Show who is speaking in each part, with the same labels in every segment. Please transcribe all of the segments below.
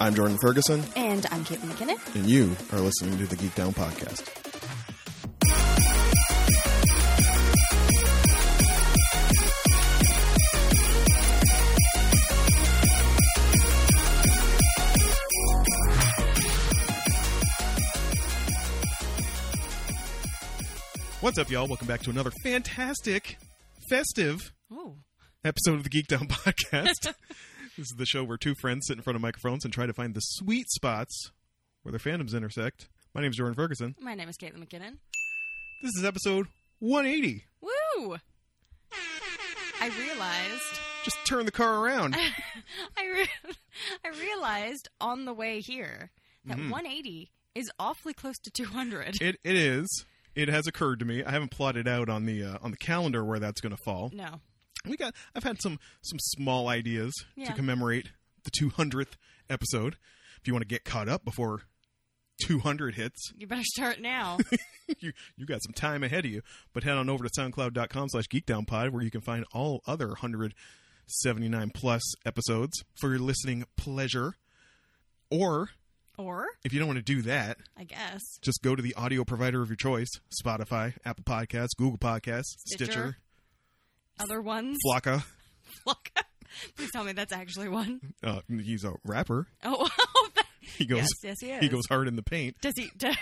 Speaker 1: I'm Jordan Ferguson,
Speaker 2: And I'm Kate McKinnon.
Speaker 1: and you are listening to the Geek Down Podcast.
Speaker 3: What's up, y'all? Welcome back to another fantastic, festive
Speaker 2: Oh,
Speaker 3: episode of the Geek Down Podcast. this is the show where two friends sit in front of microphones and try to find the sweet spots where their fandoms intersect. My name's Jordan Ferguson.
Speaker 2: my name is Caitlin McKinnon.
Speaker 3: This is episode 180.
Speaker 2: Woo! I realized,
Speaker 3: Just turn the car around.
Speaker 2: I, re- I realized on the way here that 180 is awfully close to 200.
Speaker 3: It it is. It has occurred to me. I haven't plotted out on the uh, on the calendar where that's going to fall.
Speaker 2: No,
Speaker 3: We got. I've had some some small ideas
Speaker 2: Yeah.
Speaker 3: to commemorate the 200th episode. If you want to get caught up before 200 hits,
Speaker 2: you better start now.
Speaker 3: you you got some time ahead of you. But head on over to soundcloud.com slash geekdownpod where you can find all other 179 plus episodes for your listening pleasure. Or
Speaker 2: or,
Speaker 3: if you don't want to do that,
Speaker 2: I guess,
Speaker 3: just go to the audio provider of your choice Spotify, Apple Podcasts, Google Podcasts, Stitcher,
Speaker 2: Stitcher. other ones.
Speaker 3: Flocka.
Speaker 2: Look, please tell me that's actually one.
Speaker 3: Uh, he's a rapper.
Speaker 2: Oh,
Speaker 3: He goes
Speaker 2: yes, yes, he is.
Speaker 3: he goes hard in the paint.
Speaker 2: Does he? Do,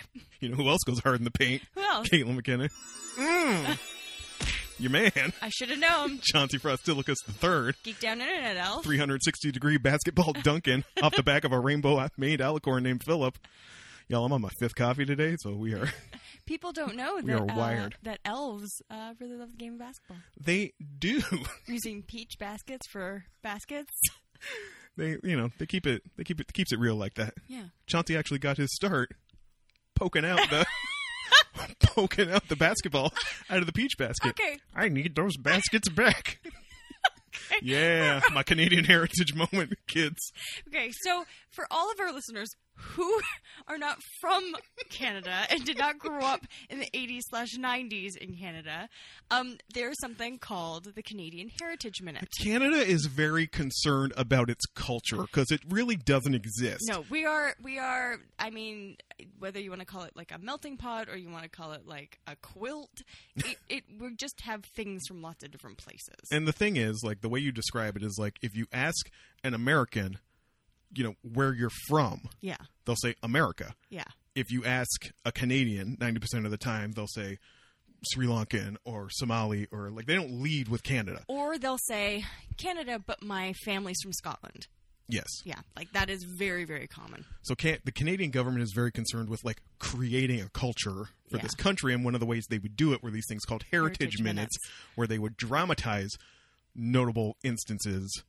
Speaker 3: You know who else goes hard in the paint?
Speaker 2: who else?
Speaker 3: Caitlin McKinnon.
Speaker 2: Hmm.
Speaker 3: Mm. Your man,
Speaker 2: I should have known.
Speaker 3: Chauncey Frostilicus the third.
Speaker 2: Geek down internet elf.
Speaker 3: 360 degree basketball dunking off the back of a rainbow made alicorn named Philip. Y'all, I'm on my fifth coffee today, so we are.
Speaker 2: People don't know
Speaker 3: We
Speaker 2: that
Speaker 3: are
Speaker 2: uh,
Speaker 3: wired.
Speaker 2: that elves uh, really love the game of basketball.
Speaker 3: They do.
Speaker 2: Using peach baskets for baskets.
Speaker 3: They, you know, they keep it. They keep it. Keeps it real like that.
Speaker 2: Yeah.
Speaker 3: Chauncey actually got his start poking out the poking out the basketball out of the peach basket.
Speaker 2: Okay.
Speaker 3: I need those baskets back. Yeah, my Canadian heritage moment, kids.
Speaker 2: Okay. So for all of our listeners who are not from Canada and did not grow up in the 80s slash 90s in Canada, um, there's something called the Canadian Heritage Minute.
Speaker 3: Canada is very concerned about its culture because it really doesn't exist.
Speaker 2: No, we are we are. I mean, whether you want to call it like a melting pot or you want to call it like a quilt, it, it we just have things from lots of different places.
Speaker 3: And the thing is, like the way you describe it is like if you ask an American, you know, where you're from,
Speaker 2: yeah,
Speaker 3: they'll say America.
Speaker 2: yeah,
Speaker 3: If you ask a Canadian, 90% of the time they'll say Sri Lankan or Somali or like they don't lead with Canada.
Speaker 2: or they'll say Canada, but my family's from Scotland.
Speaker 3: Yes.
Speaker 2: Yeah, like that is very very common.
Speaker 3: So can- the Canadian government is very concerned with like creating a culture for
Speaker 2: Yeah.
Speaker 3: this country and one of the ways they would do it were these things called heritage,
Speaker 2: Heritage
Speaker 3: minutes,
Speaker 2: minutes.
Speaker 3: where they would dramatize notable instances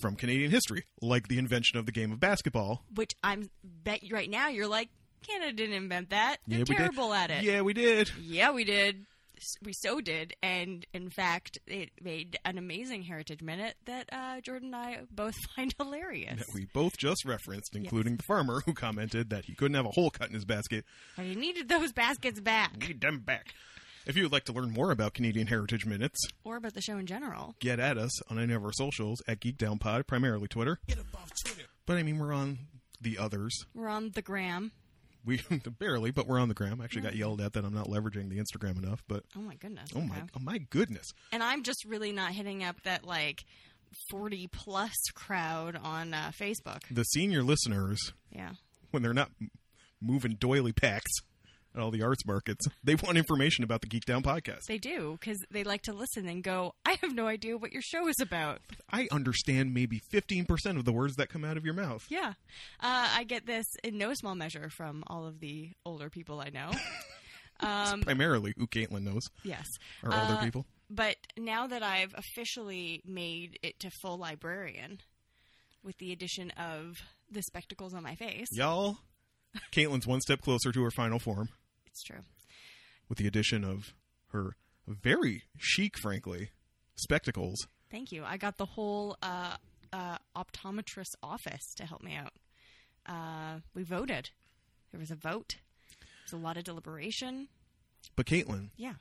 Speaker 3: from Canadian history, like the invention of the game of basketball
Speaker 2: Which I'm bet you right now you're like Canada didn't invent that. They're
Speaker 3: Yeah, we did.
Speaker 2: terrible at it.
Speaker 3: Yeah, we did.
Speaker 2: Yeah, we did. S- We so did, and in fact, it made an amazing heritage minute that uh, Jordan and I both find hilarious.
Speaker 3: That we both just referenced, including the farmer who commented that he couldn't have a hole cut in his basket.
Speaker 2: And he needed those baskets back.
Speaker 3: Need them back. If you would like to learn more about Canadian Heritage Minutes,
Speaker 2: Or about the show in general.
Speaker 3: get at us on any of our socials at GeekDownPod, primarily Twitter. But I mean, we're on the others.
Speaker 2: We're on the gram.
Speaker 3: We barely, but we're on the gram. I actually got yelled at that I'm not leveraging the Instagram enough. But
Speaker 2: Oh my goodness.
Speaker 3: oh my,
Speaker 2: okay.
Speaker 3: oh my goodness,
Speaker 2: And I'm just really not hitting up that like 40 plus crowd on uh, Facebook.
Speaker 3: the senior listeners
Speaker 2: Yeah.
Speaker 3: when they're not m- moving doily packs at all the arts markets, they want information about the Geek Down podcast.
Speaker 2: They do because they like to listen and go, I have no idea what your show is about.
Speaker 3: I understand maybe 15% of the words that come out of your mouth.
Speaker 2: Yeah. Uh, I get this in no small measure from all of the older people I know. Um,
Speaker 3: Primarily, who Caitlin knows
Speaker 2: yes.
Speaker 3: are older
Speaker 2: Uh,
Speaker 3: people.
Speaker 2: But now that I've officially made it to full librarian with the addition of the spectacles on my face,
Speaker 3: Y'all, Caitlin's one step closer to her final form
Speaker 2: it's true.
Speaker 3: with the addition of her very chic, frankly, spectacles.
Speaker 2: Thank you. I got the whole uh, uh, optometrist office to help me out. Uh, we voted. There was a vote. There was a lot of deliberation.
Speaker 3: But Caitlin,
Speaker 2: Yeah,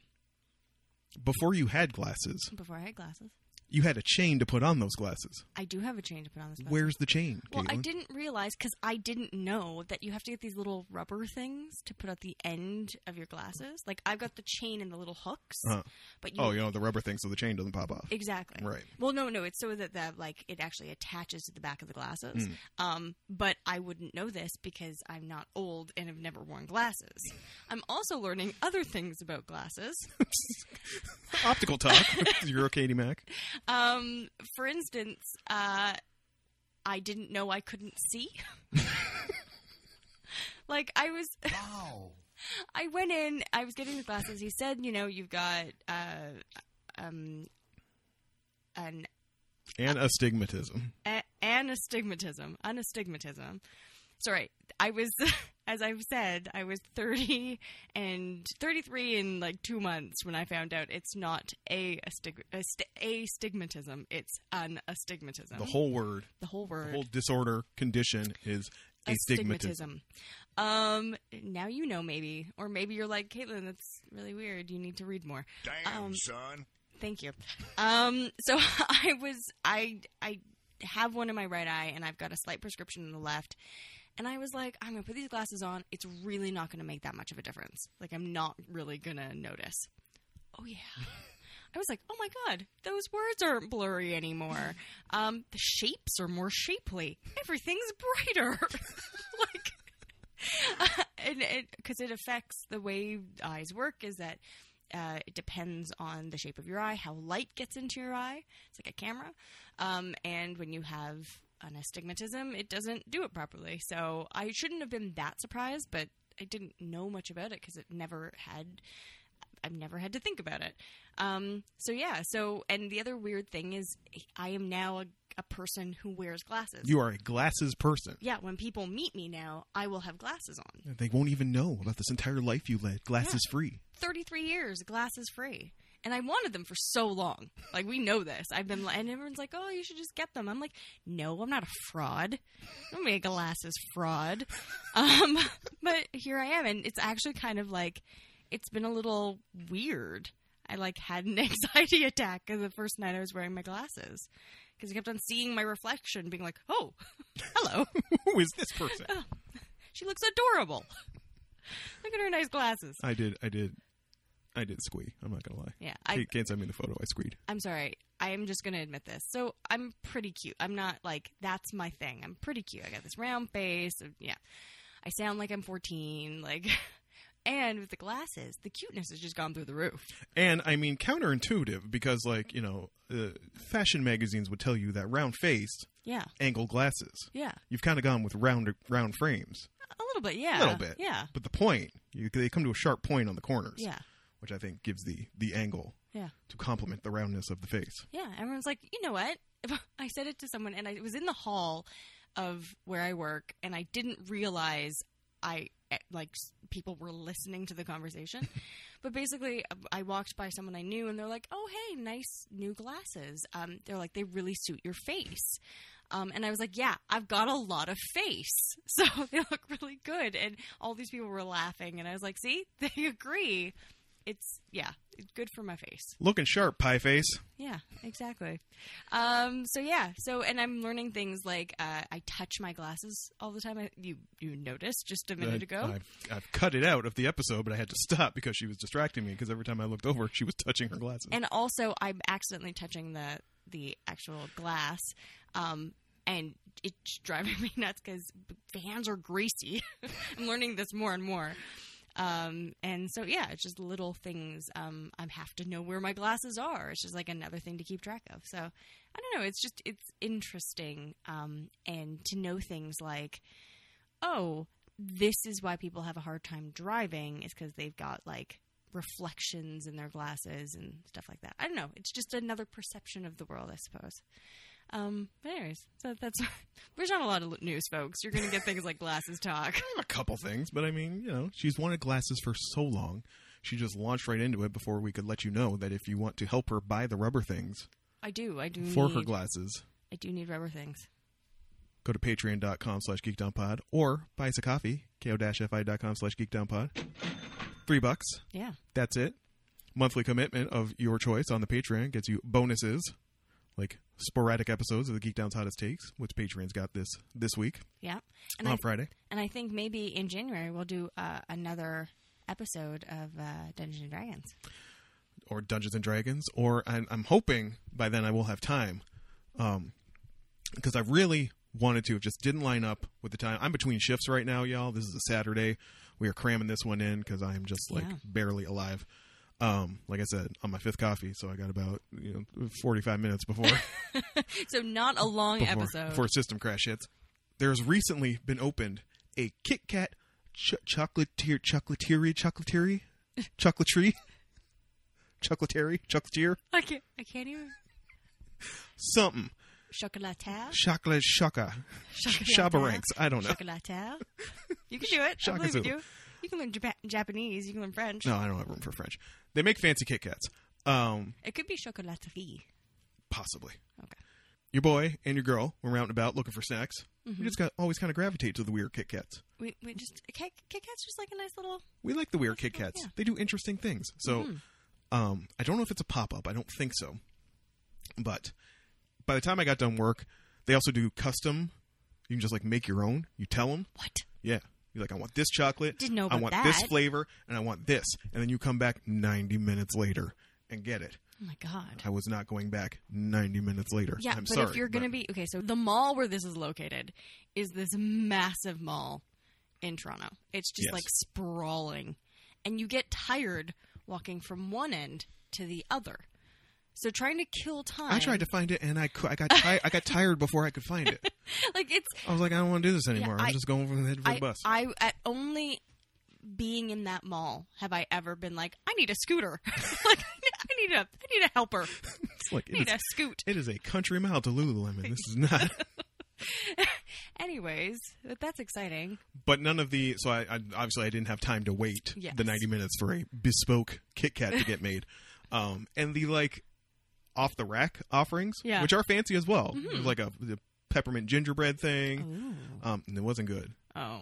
Speaker 3: before you had glasses,
Speaker 2: before I had glasses.
Speaker 3: You had a chain to put on those glasses.
Speaker 2: I do have a chain to put on this. Bus.
Speaker 3: Where's the chain,
Speaker 2: Well, I
Speaker 3: Caitlin?
Speaker 2: didn't realize because I didn't know that you have to get these little rubber things to put at the end of your glasses. Like I've got the chain and the little hooks,
Speaker 3: Uh-huh.
Speaker 2: but you,
Speaker 3: Oh, you know the rubber thing, so the chain doesn't pop off.
Speaker 2: exactly
Speaker 3: Right.
Speaker 2: Well, no, no, it's so that that like it actually attaches to the back of the glasses. Um, but I wouldn't know this because I'm not old and have never worn glasses. I'm also learning other things about glasses.
Speaker 3: Optical talk. You're Katie Mac.
Speaker 2: Um, for instance, uh, I didn't know I couldn't see. like I was,
Speaker 4: Wow.
Speaker 2: I went in. I was getting the glasses. He said, you know, you've got uh, um, an
Speaker 3: And astigmatism.
Speaker 2: a- anastigmatism, anastigmatism. Sorry, I was, as I've said, I was 30 and 33 in like two months when I found out it's not a, astig- a, st- astigmatism, it's an astigmatism.
Speaker 3: The whole word,
Speaker 2: the whole
Speaker 3: the
Speaker 2: word.
Speaker 3: whole disorder, condition is astigmatism.
Speaker 2: astigmatism. Um, now you know maybe, or maybe you're like Caitlin. That's really weird. You need to read more.
Speaker 4: Damn,
Speaker 2: Um,
Speaker 4: son.
Speaker 2: Thank you. Um, so I was I I have one in my right eye and I've got a slight prescription in the left. And I was like, I'm gonna put these glasses on. It's really not gonna make that much of a difference. Like I'm not really gonna notice. Oh yeah. I was like, oh my god, those words aren't blurry anymore. Um, the shapes are more shapely. Everything's brighter. like and because it, affects the way eyes work is that uh, it depends on the shape of your eye, how light gets into your eye. It's like a camera. Um, and when you have an astigmatism, it doesn't do it properly. So I shouldn't have been that surprised, but I didn't know much about it because it never had. I've never had to think about it. Um, so yeah. So and the other weird thing is, I am now a, a person who wears glasses.
Speaker 3: You are a glasses person.
Speaker 2: yeah. When people meet me now, I will have glasses on.
Speaker 3: They won't even know about this entire life you led, glasses free.
Speaker 2: 33 years, glasses free. And I wanted them for so long. Like, we know this. I've been, li- and everyone's like, oh, you should just get them. I'm like, no, I'm not a fraud. I'm a glasses fraud. Um, but here I am. And it's actually kind of like, it's been a little weird. I like had an anxiety attack the first night I was wearing my glasses because I kept on seeing my reflection, being like, oh, hello.
Speaker 3: Who is this person?
Speaker 2: she looks adorable. Look at her nice glasses.
Speaker 3: I did, I did, I did squee. I'm not gonna lie.
Speaker 2: Yeah, I,
Speaker 3: Kate- Kate sent me the photo. I squeed.
Speaker 2: I'm sorry. I am just going to admit this. So I'm pretty cute. I'm not like that's my thing. I'm pretty cute. I got this round face. Yeah, I sound like I'm 14. Like, and with the glasses, the cuteness has just gone through the roof.
Speaker 3: And I mean, counterintuitive because, like, you know, uh, fashion magazines would tell you that round faced,
Speaker 2: Yeah,
Speaker 3: angle glasses.
Speaker 2: yeah,
Speaker 3: You've kind of gone with round round frames,
Speaker 2: a little bit. Yeah,
Speaker 3: a little bit.
Speaker 2: Yeah,
Speaker 3: But the point, you, they come to a sharp point on the corners.
Speaker 2: yeah,
Speaker 3: Which I think gives the the angle
Speaker 2: yeah,
Speaker 3: to complement the roundness of the face.
Speaker 2: yeah. Everyone's like, you know what? I said it to someone, and I, it was in the hall of where I work, and I didn't realize I eh, like s- people were listening to the conversation. but basically, uh, I walked by someone I knew, and they're like, "Oh, hey, nice new glasses." Um, they're like, "They really suit your face." Um, and I was like, "Yeah, I've got a lot of face, so they look really good." And all these people were laughing, and I was like, "See, they agree." It's yeah, it's good for my face.
Speaker 3: Looking sharp, pie face.
Speaker 2: Yeah, exactly. Um, so yeah, so and I'm learning things like uh, I touch my glasses all the time. I, you you noticed just a
Speaker 3: I-
Speaker 2: minute ago.
Speaker 3: I've, I've cut it out of the episode, but I had to stop because she was distracting me. Because every time I looked over, she was touching her glasses.
Speaker 2: and also I'm accidentally touching the the actual glass, um, and it's driving me nuts because hands are greasy. I'm learning this more and more. Um, and so yeah, it's just little things. Um, I have to know where my glasses are. It's just like another thing to keep track of. So I don't know. It's just it's interesting. Um, and to know things like, oh, this is why people have a hard time driving is because they've got like reflections in their glasses and stuff like that. I don't know. It's just another perception of the world, I suppose. Um, but anyways, so that's there's not a lot of news, folks. You're gonna get things like glasses talk.
Speaker 3: I have a couple things, but I mean, you know, she's wanted glasses for so long. She just launched right into it before we could let you know that if you want to help her buy the rubber things
Speaker 2: I do. I do.
Speaker 3: for
Speaker 2: need,
Speaker 3: her glasses,
Speaker 2: I do need rubber things.
Speaker 3: go to patreon.com slash geekdownpod or buy us a coffee, ko-fi.com slash geekdownpod. Three bucks.
Speaker 2: Yeah.
Speaker 3: That's it. Monthly commitment of your choice on the Patreon gets you bonuses like sporadic episodes of the Geek Down's Hottest Takes, which Patreon's got this this week
Speaker 2: Yeah. And
Speaker 3: on
Speaker 2: I,
Speaker 3: Friday.
Speaker 2: and I think maybe in January we'll do uh, another episode of uh, Dungeons and Dragons.
Speaker 3: or Dungeons and Dragons, or I'm, I'm hoping by then I will have time, because I really wanted to. It just didn't line up with the time. I'm between shifts right now, y'all. This is a Saturday. We are cramming this one in because I am just like
Speaker 2: Yeah.
Speaker 3: barely alive. Um, like I said, on my fifth coffee, so I got about you know 45 minutes before
Speaker 2: So not a long
Speaker 3: before,
Speaker 2: episode.
Speaker 3: before system crash hits. There's recently been opened a Kit Kat ch- chocolatier, chocolateery, chocolateery, chocolatery, chocolatery, chocolatier.
Speaker 2: I can't. I can't even.
Speaker 3: something.
Speaker 2: Chocolataire.
Speaker 3: Chocolate shaka. Shaba ranks. I don't know.
Speaker 2: Chocolataire. You can do it. I believe
Speaker 3: Shakazu.
Speaker 2: you. You can learn Japa- Japanese. You can learn French.
Speaker 3: No, I don't have room for French. They make fancy Kit Kats. Um,
Speaker 2: It could be chocolaterie.
Speaker 3: possibly.
Speaker 2: Okay.
Speaker 3: Your boy and your girl were round about looking for snacks.
Speaker 2: Mm-hmm.
Speaker 3: We just got always kind of gravitate to the weird Kit Kats.
Speaker 2: We, we just Kit, Kit Kat's just like a nice little.
Speaker 3: We like the weird Kit Kats.
Speaker 2: Oh, yeah. Mm-hmm.
Speaker 3: They do interesting things. So, um, I don't know if it's a pop up. I don't think so. But by the time I got done work, they also do custom. You can just like make your own. You tell them
Speaker 2: What?
Speaker 3: Yeah. You're like, I want this chocolate.
Speaker 2: Didn't know
Speaker 3: I
Speaker 2: about
Speaker 3: want this
Speaker 2: that.
Speaker 3: flavor, and I want this. And then you come back 90 minutes later and get it.
Speaker 2: Oh my god.
Speaker 3: I was not going back 90 minutes later.
Speaker 2: Yeah,
Speaker 3: I'm
Speaker 2: but
Speaker 3: sorry.
Speaker 2: if you're going to
Speaker 3: but
Speaker 2: be okay, so the mall where this is located is this massive mall in Toronto. It's just
Speaker 3: Yes.
Speaker 2: like sprawling, and you get tired walking from one end to the other. So trying to kill time,
Speaker 3: I tried to find it, and I, cou- I got ti- I got tired before I could find it.
Speaker 2: like it's
Speaker 3: I was like, I don't want to do this anymore.
Speaker 2: I-
Speaker 3: I'm just going from the head for the
Speaker 2: I,
Speaker 3: bus.
Speaker 2: I at only being in that mall have I ever been like I need a scooter, like I need a I need a helper,
Speaker 3: It's like,
Speaker 2: I
Speaker 3: it
Speaker 2: need
Speaker 3: is,
Speaker 2: a scoot.
Speaker 3: it is a country mile to Lululemon. This is not.
Speaker 2: Anyways, but that's exciting.
Speaker 3: But none of the. So I, I obviously I didn't have time to wait
Speaker 2: Yes.
Speaker 3: the 90 minutes for a bespoke Kit Kat to get made. Um, and the like off the rack offerings,
Speaker 2: Yeah. Mm-hmm.
Speaker 3: which are fancy as well. There's like a the peppermint gingerbread thing. Um, and it wasn't good.
Speaker 2: Oh,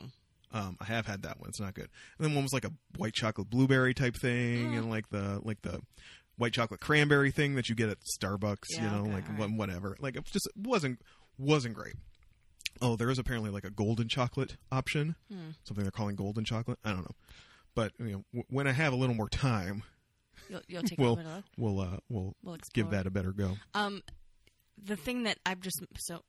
Speaker 3: Um, I have had that one. It's not good. And then one was like a white chocolate blueberry type thing,
Speaker 2: Mm.
Speaker 3: and like the like the white chocolate cranberry thing that you get at Starbucks. you
Speaker 2: Yeah,
Speaker 3: know,
Speaker 2: okay,
Speaker 3: like
Speaker 2: all right.
Speaker 3: wha- whatever. Like it just wasn't wasn't great. Oh, there is apparently like a golden chocolate option,
Speaker 2: Hmm.
Speaker 3: something they're calling golden chocolate. I don't know, but you know, w- when I have a little more time,
Speaker 2: you'll, you'll take a
Speaker 3: we'll
Speaker 2: little.
Speaker 3: we'll uh, we'll,
Speaker 2: We'll
Speaker 3: give
Speaker 2: explore.
Speaker 3: that a better go.
Speaker 2: Um, the thing that I'm just so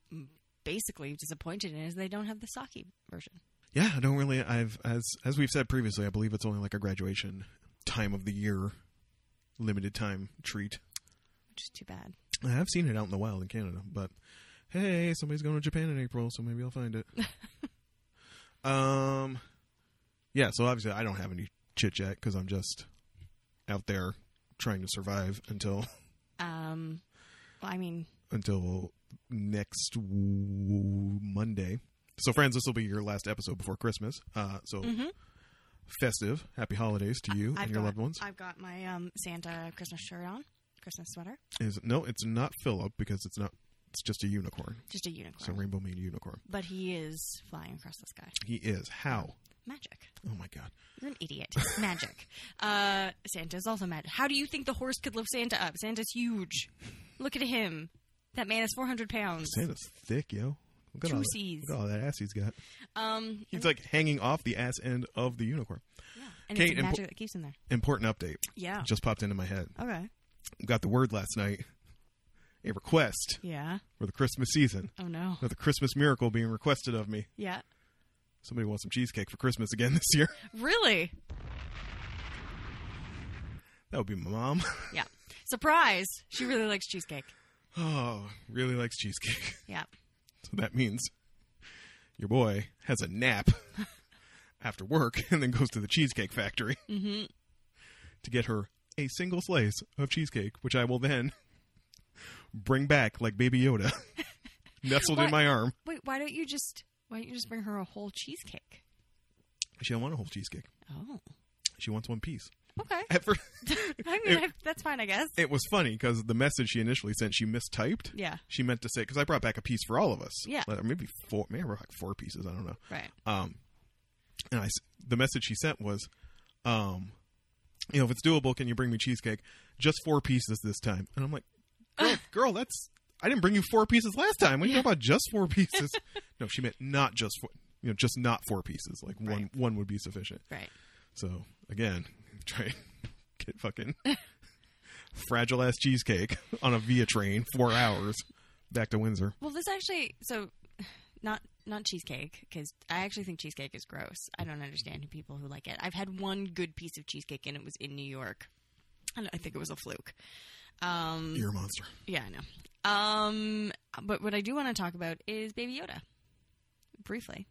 Speaker 2: basically disappointed in is they don't have the sake version.
Speaker 3: Yeah, I don't really. I've as as we've said previously, I believe it's only like a graduation time of the year, limited time treat.
Speaker 2: Which is too bad.
Speaker 3: I have seen it out in the wild in Canada, but hey, somebody's going to Japan in April, so maybe I'll find it. um, yeah. So obviously, I don't have any chit chat because I'm just out there trying to survive until
Speaker 2: Um, well, I mean,
Speaker 3: until next w- Monday. So, friends, this will be your last episode before Christmas. Uh, so, festive, happy holidays to you
Speaker 2: Mm-hmm. I've
Speaker 3: and your
Speaker 2: got,
Speaker 3: loved ones.
Speaker 2: I've got my um, Santa Christmas shirt on, Christmas sweater,
Speaker 3: Is no, it's not Philip because it's not. It's just a unicorn.
Speaker 2: just a
Speaker 3: It's a
Speaker 2: unicorn.
Speaker 3: rainbow made unicorn.
Speaker 2: but he is flying across the sky.
Speaker 3: He is how?
Speaker 2: Magic.
Speaker 3: Oh my god!
Speaker 2: You're an idiot. Magic. Uh, Santa's also magic. How do you think the horse could lift Santa up? Santa's huge. Look at him. That man is 400 pounds.
Speaker 3: Santa's thick, yo. Look at, all that,
Speaker 2: Juicies.
Speaker 3: look at all that ass he's got.
Speaker 2: Um,
Speaker 3: He's like hanging off the ass end of the unicorn.
Speaker 2: and
Speaker 3: Kate,
Speaker 2: it's the
Speaker 3: impo-
Speaker 2: magic that keeps him there.
Speaker 3: Important update.
Speaker 2: Yeah.
Speaker 3: Just popped into my head.
Speaker 2: Okay.
Speaker 3: Got the word last night. A request
Speaker 2: Yeah.
Speaker 3: for the Christmas season.
Speaker 2: Oh no.
Speaker 3: Another Christmas miracle being requested of me.
Speaker 2: Yeah.
Speaker 3: Somebody wants some cheesecake for Christmas again this year.
Speaker 2: Really?
Speaker 3: That would be my mom.
Speaker 2: Yeah. Surprise! She really likes cheesecake.
Speaker 3: Oh, really likes cheesecake.
Speaker 2: Yeah.
Speaker 3: So that means your boy has a nap after work and then goes to the Cheesecake Factory to get her a single slice of cheesecake, which I will then bring back like Baby Yoda, nestled
Speaker 2: What?
Speaker 3: in my arm.
Speaker 2: Wait, why don't you just why don't you just bring her a whole cheesecake?
Speaker 3: She don't want a whole cheesecake.
Speaker 2: Oh.
Speaker 3: She wants one piece.
Speaker 2: Okay.
Speaker 3: At first,
Speaker 2: I mean, I, that's fine, I guess.
Speaker 3: it was funny because the message she initially sent, she mistyped.
Speaker 2: Yeah.
Speaker 3: She meant to say because I brought back a piece for all of us.
Speaker 2: Yeah.
Speaker 3: Like, maybe four. Maybe I brought like four pieces. I don't know.
Speaker 2: Right.
Speaker 3: Um, and I s the message she sent was, um, you know, if it's doable, can you bring me cheesecake? Just four pieces this time. And I'm like, girl, girl that's I didn't bring you four pieces last time. What do you know about just four pieces? no, she meant not just four. You know, just not four pieces. Like one,
Speaker 2: Right.
Speaker 3: one would be sufficient.
Speaker 2: Right.
Speaker 3: So again, try and get fucking fragile ass cheesecake on a via train, four hours back to Windsor.
Speaker 2: Well, this actually so not not cheesecake because I actually think cheesecake is gross. I don't understand people who like it. I've had one good piece of cheesecake and it was in New York, and I think it was a fluke. Um,
Speaker 3: You're a monster.
Speaker 2: yeah, I know. Um, but what I do want to talk about is Baby Yoda, briefly.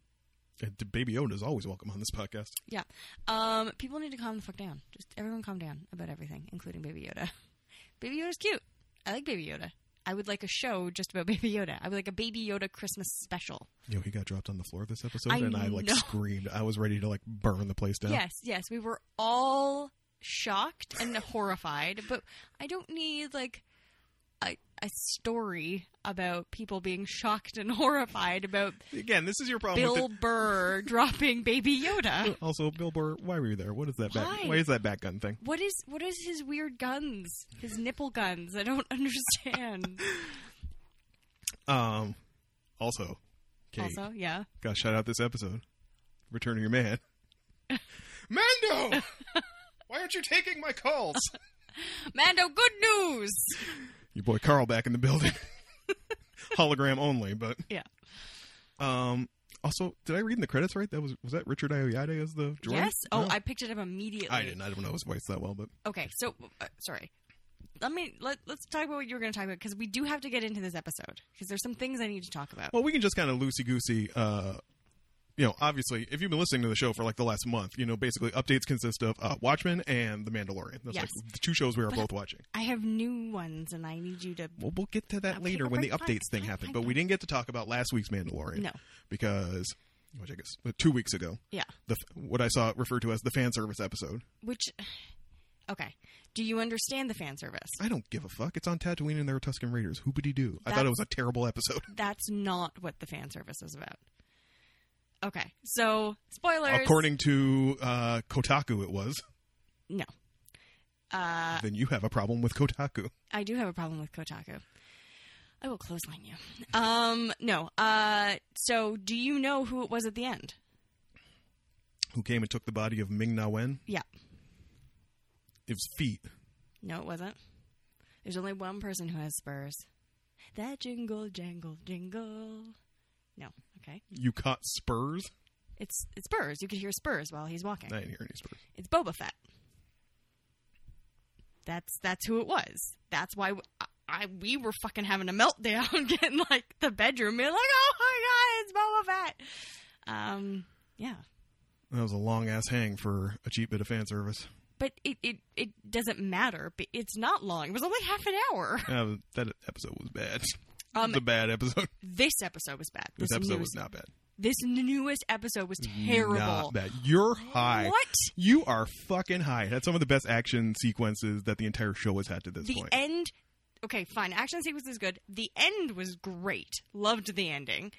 Speaker 3: And Baby Yoda is always welcome on this podcast.
Speaker 2: Yeah. Um, people need to calm the fuck down. Just everyone calm down about everything, including Baby Yoda. Baby Yoda's cute. I like Baby Yoda. I would like a show just about Baby Yoda. I would like a Baby Yoda Christmas special.
Speaker 3: You know, he got dropped on the floor this episode,
Speaker 2: I
Speaker 3: and I like
Speaker 2: know.
Speaker 3: screamed. I was ready to like burn the place down.
Speaker 2: Yes, yes. We were all shocked and horrified, but I don't need like a, a story about people being shocked and horrified about
Speaker 3: Again, this is your problem. with
Speaker 2: Bill Burr dropping Baby Yoda.
Speaker 3: the- also, Bill Burr, why were you there? What is that back?
Speaker 2: Why?
Speaker 3: Why is that back gun thing?
Speaker 2: What is what is his weird guns? His nipple guns? I don't understand.
Speaker 3: Um, also, Kate,
Speaker 2: Also, yeah.
Speaker 3: gotta shout out this episode. Return of your man, Mando. why aren't you taking my calls?
Speaker 2: Mando, good news.
Speaker 3: your boy Carl back in the building. Hologram only, but
Speaker 2: Yeah.
Speaker 3: um. Also, did I read in the credits right? That was was that Richard Ayoade as the droid?
Speaker 2: Yes. Oh,
Speaker 3: No.
Speaker 2: I picked it up immediately.
Speaker 3: I didn't. I don't know his voice that well, but
Speaker 2: Okay, so uh, sorry. Let me let let's talk about what you were going to talk about because we do have to get into this episode because there's some things I need to talk about.
Speaker 3: well, we can just kind of loosey goosey. Uh, you know, obviously, if you've been listening to the show for like the last month, you know, basically updates consist of uh, Watchmen and The Mandalorian. That's
Speaker 2: Yes.
Speaker 3: like the two shows we are both watching.
Speaker 2: I have new ones and I need you to
Speaker 3: Well, we'll get to that
Speaker 2: Okay,
Speaker 3: later
Speaker 2: well,
Speaker 3: when the
Speaker 2: fine, fine,
Speaker 3: updates thing
Speaker 2: fine,
Speaker 3: happened, but
Speaker 2: fine,
Speaker 3: we
Speaker 2: fine.
Speaker 3: didn't get to talk about last week's Mandalorian.
Speaker 2: No.
Speaker 3: because which I guess uh, two weeks ago,
Speaker 2: yeah.
Speaker 3: the f- what I saw referred to as the fan service episode.
Speaker 2: Which okay, do you understand the fan service?
Speaker 3: I don't give a fuck. It's on Tatooine and there are Tuscan Raiders. Hoopity doo. I thought it
Speaker 2: That's-
Speaker 3: was a terrible episode.
Speaker 2: That's not what the fan service is about. Okay, so spoilers.
Speaker 3: According to uh, Kotaku, it was.
Speaker 2: no, uh,
Speaker 3: then you have a problem with Kotaku.
Speaker 2: I do have a problem with Kotaku. I will clothesline you. Um, no. Uh, so do you know who it was at the end?
Speaker 3: Who came and took the body of Ming Na Wen?
Speaker 2: Yeah.
Speaker 3: It was feet.
Speaker 2: No, it wasn't. There's only one person who has spurs. That jingle, jangle, jingle. No, okay.
Speaker 3: You caught spurs?
Speaker 2: It's it's spurs. You could hear spurs while he's walking.
Speaker 3: I didn't hear any spurs.
Speaker 2: It's Boba Fett. That's that's who it was. That's why w I I we were fucking having a meltdown, getting like the bedroom, being like, "Oh my god, it's Boba Fett." Um, yeah,
Speaker 3: That was a long ass hang for a cheap bit of fan service.
Speaker 2: but it it it doesn't matter. But it's not long. It was only half an hour.
Speaker 3: Uh, that episode was bad.
Speaker 2: Um,
Speaker 3: the bad episode.
Speaker 2: This episode was bad.
Speaker 3: This,
Speaker 2: This,
Speaker 3: episode was
Speaker 2: newest,
Speaker 3: not bad.
Speaker 2: this newest episode was terrible.
Speaker 3: Not bad. You're high.
Speaker 2: What?
Speaker 3: You are fucking high. It had some of the best action sequences that the entire show has had to this
Speaker 2: the
Speaker 3: point.
Speaker 2: end okay fine action sequence is good the end was great loved the ending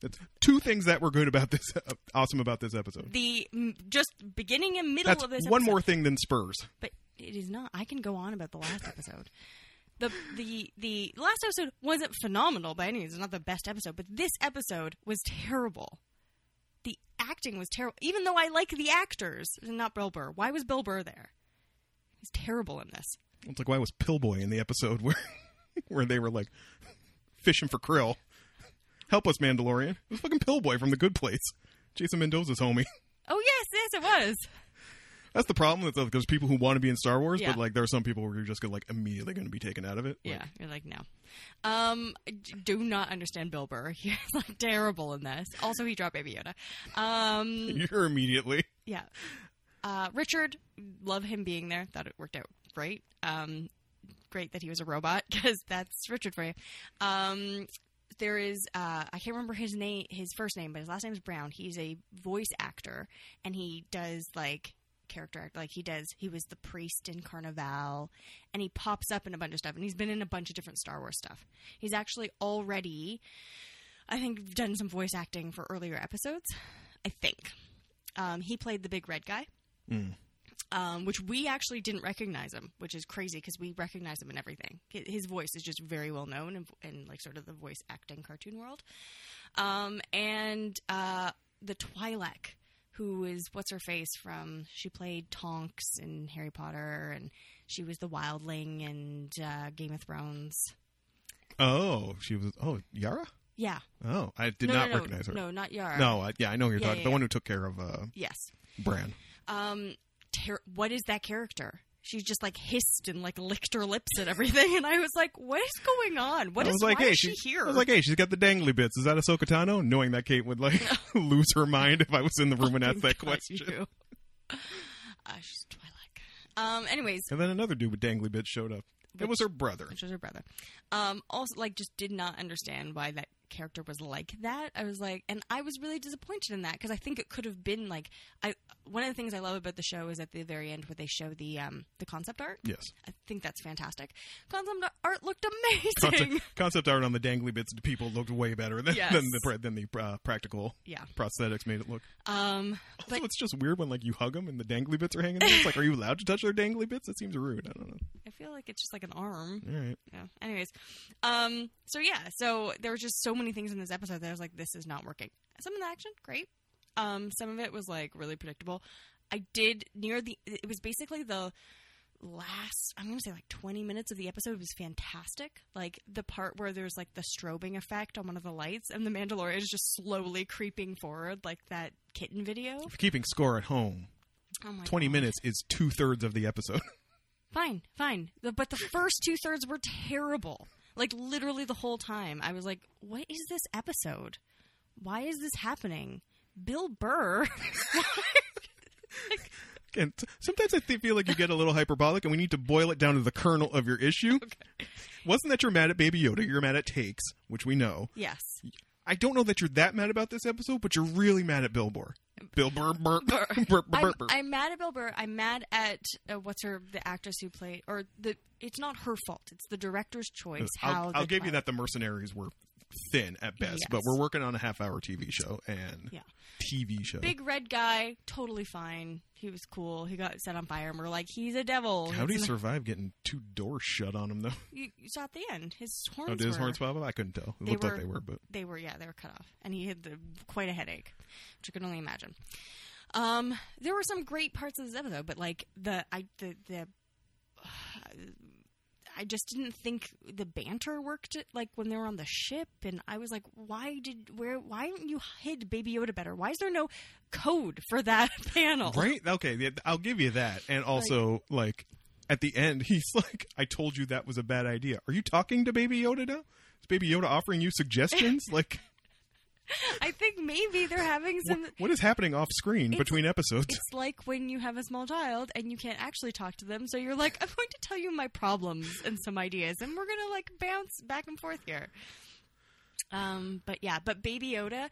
Speaker 3: That's two things that were good about this, awesome about this episode.
Speaker 2: the m- just beginning and middle
Speaker 3: That's
Speaker 2: of this
Speaker 3: one
Speaker 2: episode-
Speaker 3: more thing than Spurs.
Speaker 2: but it is not i can go on about the last episode the the the last episode wasn't phenomenal by any means it's not the best episode but this episode was terrible the acting was terrible even though i like the actors not bill burr why was bill burr there he's terrible in this
Speaker 3: It's like why was Pillboy in the episode where where they were like fishing for krill? Help us, Mandalorian. It was fucking Pillboy from The Good Place. Jason Mendoza's homie.
Speaker 2: oh yes yes it was
Speaker 3: That's the problem. Is that there's people who want to be in Star Wars,
Speaker 2: Yeah.
Speaker 3: but like there are some people where you're just gonna, like immediately going to be taken out of it. Like,
Speaker 2: Yeah, you're like no. Um, I d- do not understand Bill Burr. He's like terrible in this. Also, he dropped Baby Yoda. Um,
Speaker 3: You're immediately.
Speaker 2: yeah. Uh, Richard, love him being there. Thought it worked out great. Um, great that he was a robot because that's Richard for you. Um, there is uh, I can't remember his name, his first name, but his last name is Brown. He's a voice actor, and he does like character act like he does he was the priest in carnival and he pops up in a bunch of stuff and he's been in a bunch of different star wars stuff he's actually already i think done some voice acting
Speaker 3: Mm.
Speaker 2: for earlier episodes i think um, he played the big red guy. um, which we actually didn't recognize him, which is crazy because we recognize him in everything. Hi- His voice is just very well known in, in like sort of the voice acting cartoon world. Um, and uh, the Twi'lek, who is what's her face from? She played Tonks in Harry Potter, and she was the Wildling and uh, Game of Thrones.
Speaker 3: Oh, she was. Oh, Yara.
Speaker 2: Yeah,
Speaker 3: Oh, I did
Speaker 2: no,
Speaker 3: not
Speaker 2: no, no,
Speaker 3: recognize her.
Speaker 2: No, not Yara.
Speaker 3: No, I, yeah, I know who you're
Speaker 2: Yeah,
Speaker 3: talking.
Speaker 2: yeah,
Speaker 3: the
Speaker 2: yeah.
Speaker 3: one who took care of uh,
Speaker 2: Yes.
Speaker 3: Bran.
Speaker 2: um ter- what is that character she just like hissed and like licked her lips and everything and i was like what is going on What
Speaker 3: I
Speaker 2: is
Speaker 3: was like,
Speaker 2: why
Speaker 3: hey,
Speaker 2: is she
Speaker 3: she's-
Speaker 2: here
Speaker 3: I was like, hey, she's got the dangly bits. Is that Ahsoka Tano? Knowing that Kate would like lose her mind if I was in the room and asked that
Speaker 2: God,
Speaker 3: question.
Speaker 2: you. uh, she's twilight um anyways
Speaker 3: And then another dude with dangly bits showed up. it was her brother.
Speaker 2: which was her brother um also like just did not understand why that character was like that i was like and i was really disappointed in that because i think it could have been like i one of the things i love about the show is at the very end where they show the um the concept art
Speaker 3: Yes.
Speaker 2: i think that's fantastic concept art looked amazing
Speaker 3: Concept, concept art on the dangly bits to people looked way better than,
Speaker 2: Yes.
Speaker 3: than the pra- than the uh, practical
Speaker 2: Yeah.
Speaker 3: prosthetics made it look.
Speaker 2: Um,
Speaker 3: Also,
Speaker 2: but
Speaker 3: it's just weird when like you hug them and the dangly bits are hanging there. It's like, are you allowed to touch their dangly bits? It seems rude. I don't know.
Speaker 2: I feel like it's just like an arm.
Speaker 3: All right.
Speaker 2: Yeah. Anyways, um, so yeah, so there were just so many things in this episode that I was like, this is not working. Some of the action, great. Um, some of it was like really predictable. I did near the. It was basically the last. I'm gonna say like 20 minutes of the episode was fantastic. Like the part where there's like the strobing effect on one of the lights, and the Mandalorian is just slowly creeping forward, like that kitten video.
Speaker 3: If you're keeping score at home,
Speaker 2: Oh my
Speaker 3: 20
Speaker 2: God.
Speaker 3: minutes is two thirds of the episode.
Speaker 2: fine, fine. The, but the first two thirds were terrible. Like literally the whole time, I was like, "What is this episode? Why is this happening?" Bill Burr.
Speaker 3: And t- sometimes I th- feel like you get a little hyperbolic, and we need to boil it down to the kernel of your issue. Wasn't that you're mad at Baby Yoda? You're mad at takes, which we know.
Speaker 2: yes,
Speaker 3: I don't know that you're that mad about this episode, but you're really mad at Bill Burr. Bill Burr, Burr, Burr, Burr, Burr,
Speaker 2: I'm,
Speaker 3: Burr.
Speaker 2: I'm mad at Bill Burr. I'm mad at uh, what's her the actress who played or the. It's not her fault. It's the director's choice. how
Speaker 3: Uh, I'll, I'll
Speaker 2: the
Speaker 3: give you
Speaker 2: Twilight-
Speaker 3: that the mercenaries were thin at best,
Speaker 2: Yes.
Speaker 3: but we're working on a half hour TV show and
Speaker 2: Yeah.
Speaker 3: TV show.
Speaker 2: Big red guy, totally fine. He was cool. He got set on fire, and we're like, he's a devil.
Speaker 3: How did he
Speaker 2: He's an-
Speaker 3: survive getting two doors shut on him though?
Speaker 2: you, you saw at the end. His horns.
Speaker 3: Oh, did his
Speaker 2: were-
Speaker 3: horns pop up? I couldn't tell. It
Speaker 2: They
Speaker 3: looked like
Speaker 2: were-
Speaker 3: they were, but
Speaker 2: they were yeah they were cut off and he had the, quite a headache which you can only imagine um there were some great parts of this episode but like the i the the I just didn't think the banter worked like when they were on the ship and I was like why did where why didn't you hid baby Yoda better why is there no code for that panel
Speaker 3: Right? Okay, yeah, I'll give you that. And also, like, at the end, he's like, "I told you that was a bad idea." Are you talking to Baby Yoda now? Is Baby Yoda offering you suggestions? like,
Speaker 2: I think maybe they're having
Speaker 3: wh-
Speaker 2: some
Speaker 3: what is happening off screen
Speaker 2: It's-
Speaker 3: between episodes?
Speaker 2: it's like when you have a small child and you can't actually talk to them so you're like i'm going to tell you my problems and some ideas and we're going to like bounce back and forth here um but yeah but baby yoda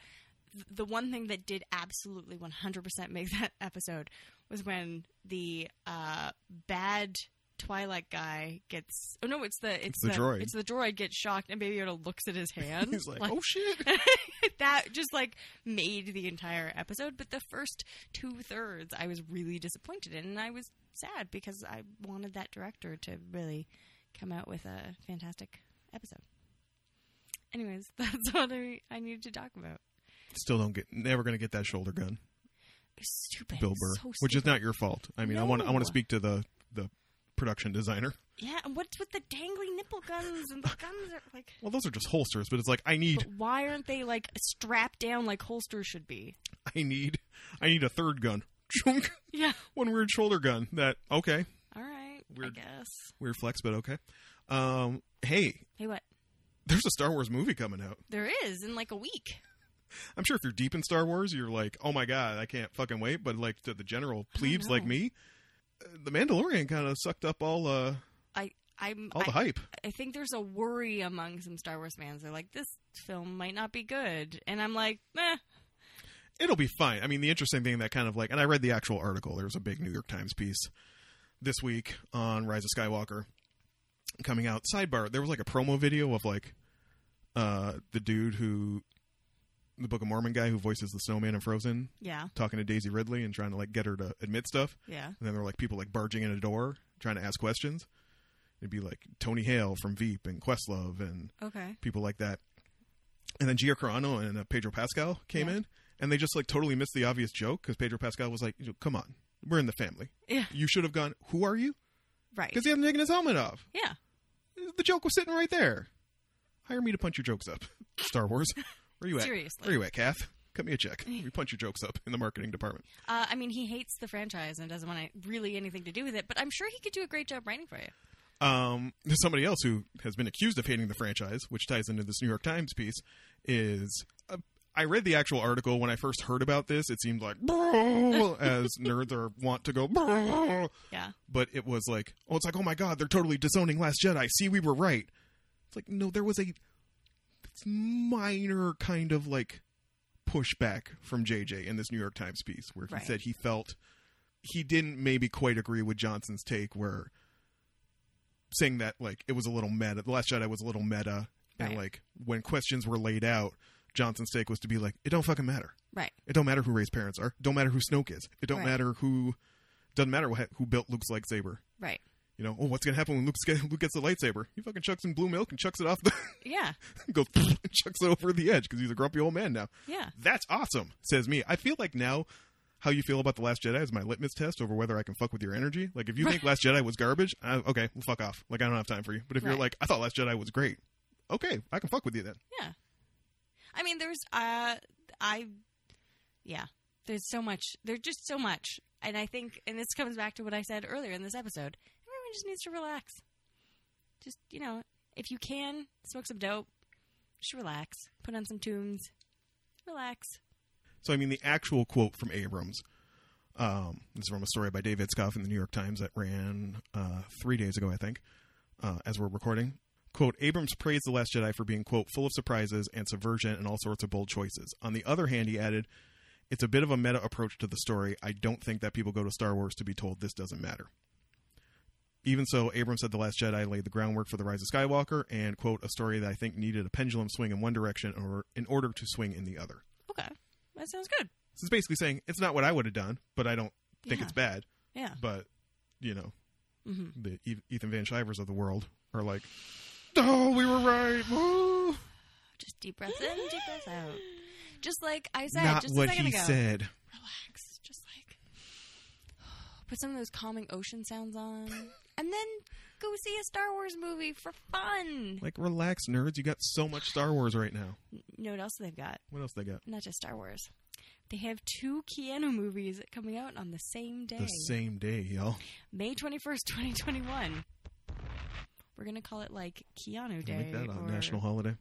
Speaker 2: th- the one thing that did absolutely 100% make that episode was when the uh bad twilight guy gets oh no it's the it's,
Speaker 3: It's the droid.
Speaker 2: it's the droid gets shocked and baby yoda looks at his hand
Speaker 3: He's like, "Oh shit!"
Speaker 2: that just like made the entire episode. But the first two thirds, I was really disappointed in, and I was sad because I wanted that director to really come out with a fantastic episode. Anyways, that's what I, I needed to talk about.
Speaker 3: Still don't get. Never gonna get that shoulder gun,
Speaker 2: It's stupid,
Speaker 3: Bill
Speaker 2: It's
Speaker 3: Burr,
Speaker 2: so
Speaker 3: which is
Speaker 2: stupid.
Speaker 3: not your fault. I mean, I want. I want
Speaker 2: No.
Speaker 3: to speak to the the production designer.
Speaker 2: yeah. And what's with the dangly nipple guns and the guns are like.
Speaker 3: Well, those are just holsters, but it's like I need,
Speaker 2: But why aren't they like strapped down like holsters should be?
Speaker 3: I need, I need a third gun. Chunk.
Speaker 2: Yeah.
Speaker 3: One weird shoulder gun. That okay,
Speaker 2: All right.
Speaker 3: Weird.
Speaker 2: I guess.
Speaker 3: weird flex, but okay. Um, hey,
Speaker 2: Hey, what?
Speaker 3: there's a Star Wars movie coming out.
Speaker 2: There is in like a week.
Speaker 3: I'm sure if you're deep in Star Wars, you're like, oh my god, I can't fucking wait. But like to the general plebes
Speaker 2: know.
Speaker 3: like me, uh, the Mandalorian kind of sucked up all uh
Speaker 2: I I'm
Speaker 3: all the
Speaker 2: I-
Speaker 3: hype.
Speaker 2: I think there's a worry among some Star Wars fans. They're like, this film might not be good. And I'm like, meh.
Speaker 3: It'll be fine. I mean, the interesting thing that kind of like, and I read the actual article. There was a big New York Times piece this week on Rise of Skywalker coming out. Sidebar: There was like a promo video of like uh the dude who the Book of Mormon guy who voices the snowman in Frozen
Speaker 2: Yeah.
Speaker 3: talking to Daisy Ridley and trying to like get her to admit stuff.
Speaker 2: Yeah.
Speaker 3: And then there were like people like barging in a door trying to ask questions. It'd be like Tony Hale from Veep and Questlove and
Speaker 2: Okay.
Speaker 3: people like that. And then Gio Carano and uh, Pedro Pascal came
Speaker 2: Yeah.
Speaker 3: in, and they just like totally missed the obvious joke because Pedro Pascal was like, you know, "Come on, we're in the family.
Speaker 2: Yeah.
Speaker 3: You should have gone. Who are you?
Speaker 2: Right.
Speaker 3: Because he hadn't taken his helmet off.
Speaker 2: Yeah.
Speaker 3: The joke was sitting right there. Hire me to punch your jokes up. Star Wars. Where you at?
Speaker 2: Seriously.
Speaker 3: Where you at, Kath? Cut me a check. We punch your jokes up in the marketing department.
Speaker 2: Uh, I mean, he hates the franchise and doesn't want to really anything to do with it, but I'm sure he could do a great job writing for you.
Speaker 3: Um, there's somebody else who has been accused of hating the franchise, which ties into this New York Times piece. Is uh, I read the actual article when I first heard about this. It seemed like as nerds are want to go,
Speaker 2: Yeah.
Speaker 3: but it was like, oh, it's like, oh my god, they're totally disowning Last Jedi. See, we were right. It's like, no, there was a minor kind of like pushback from JJ in this New York Times piece where he
Speaker 2: Right.
Speaker 3: said he felt he didn't maybe quite agree with Johnson's take where saying that like it was a little meta the last Jedi was a little meta and
Speaker 2: Right.
Speaker 3: like when questions were laid out Johnson's take was to be like it don't fucking matter
Speaker 2: Right.
Speaker 3: it don't matter who Ray's parents are. It don't matter who Snoke is. It don't
Speaker 2: Right.
Speaker 3: matter who. Doesn't matter wha- who built Luke's lightsaber.
Speaker 2: Right.
Speaker 3: You know, oh, what's gonna happen when Luke's get, Luke gets the lightsaber? He fucking chucks in blue milk and chucks it off the
Speaker 2: Yeah.
Speaker 3: goes and chucks it over the edge because he's a grumpy old man now.
Speaker 2: Yeah.
Speaker 3: That's awesome, says me. I feel like now how you feel about the Last Jedi is my litmus test over whether I can fuck with your energy. Like if you think Last Jedi was garbage, I, okay, well, fuck off. Like I don't have time for you. But if you're
Speaker 2: Right.
Speaker 3: like, I thought Last Jedi was great, okay, I can fuck with you then.
Speaker 2: Yeah. I mean, there's, uh, I, yeah, there's so much, there's just so much. And I think, and this comes back to what I said earlier in this episode everyone just needs to relax. Just, you know, if you can, smoke some dope, just relax, put on some tunes, relax.
Speaker 3: So I mean, the actual quote from Abrams. Um, this is from a story by Dave Itzkoff in the New York Times that ran uh, three days ago, I think, uh, as we're recording. Quote, Abrams praised The Last Jedi for being, quote, full of surprises and subversion and all sorts of bold choices. On the other hand, he added, it's a bit of a meta approach to the story. I don't think that people go to Star Wars to be told this doesn't matter. Even so, Abrams said The Last Jedi laid the groundwork for The Rise of Skywalker and, quote, a story that I think needed a pendulum swing in one direction or in order to swing in the other.
Speaker 2: Okay. That sounds good.
Speaker 3: So it's basically saying it's not what I would have done, but I don't think
Speaker 2: Yeah.
Speaker 3: it's bad.
Speaker 2: Yeah.
Speaker 3: But you know,
Speaker 2: Mm-hmm.
Speaker 3: the E- Ethan Van Shivers of the world are like, oh, we were right. Woo."
Speaker 2: Just deep breath in, deep breath out. Just like I said,
Speaker 3: Not
Speaker 2: just
Speaker 3: what
Speaker 2: a second
Speaker 3: he
Speaker 2: ago.
Speaker 3: said.
Speaker 2: Relax. Just like put some of those calming ocean sounds on, and then go see a Star Wars movie for fun.
Speaker 3: Like, relax, nerds. You got so much Star Wars right now.
Speaker 2: You know what else they've got?
Speaker 3: What else they got?
Speaker 2: Not just Star Wars. They have two Keanu movies coming out on the same day,
Speaker 3: The same day, y'all.
Speaker 2: May twenty first, twenty twenty one. We're gonna call it like Keanu Day
Speaker 3: Make that a
Speaker 2: or
Speaker 3: national holiday.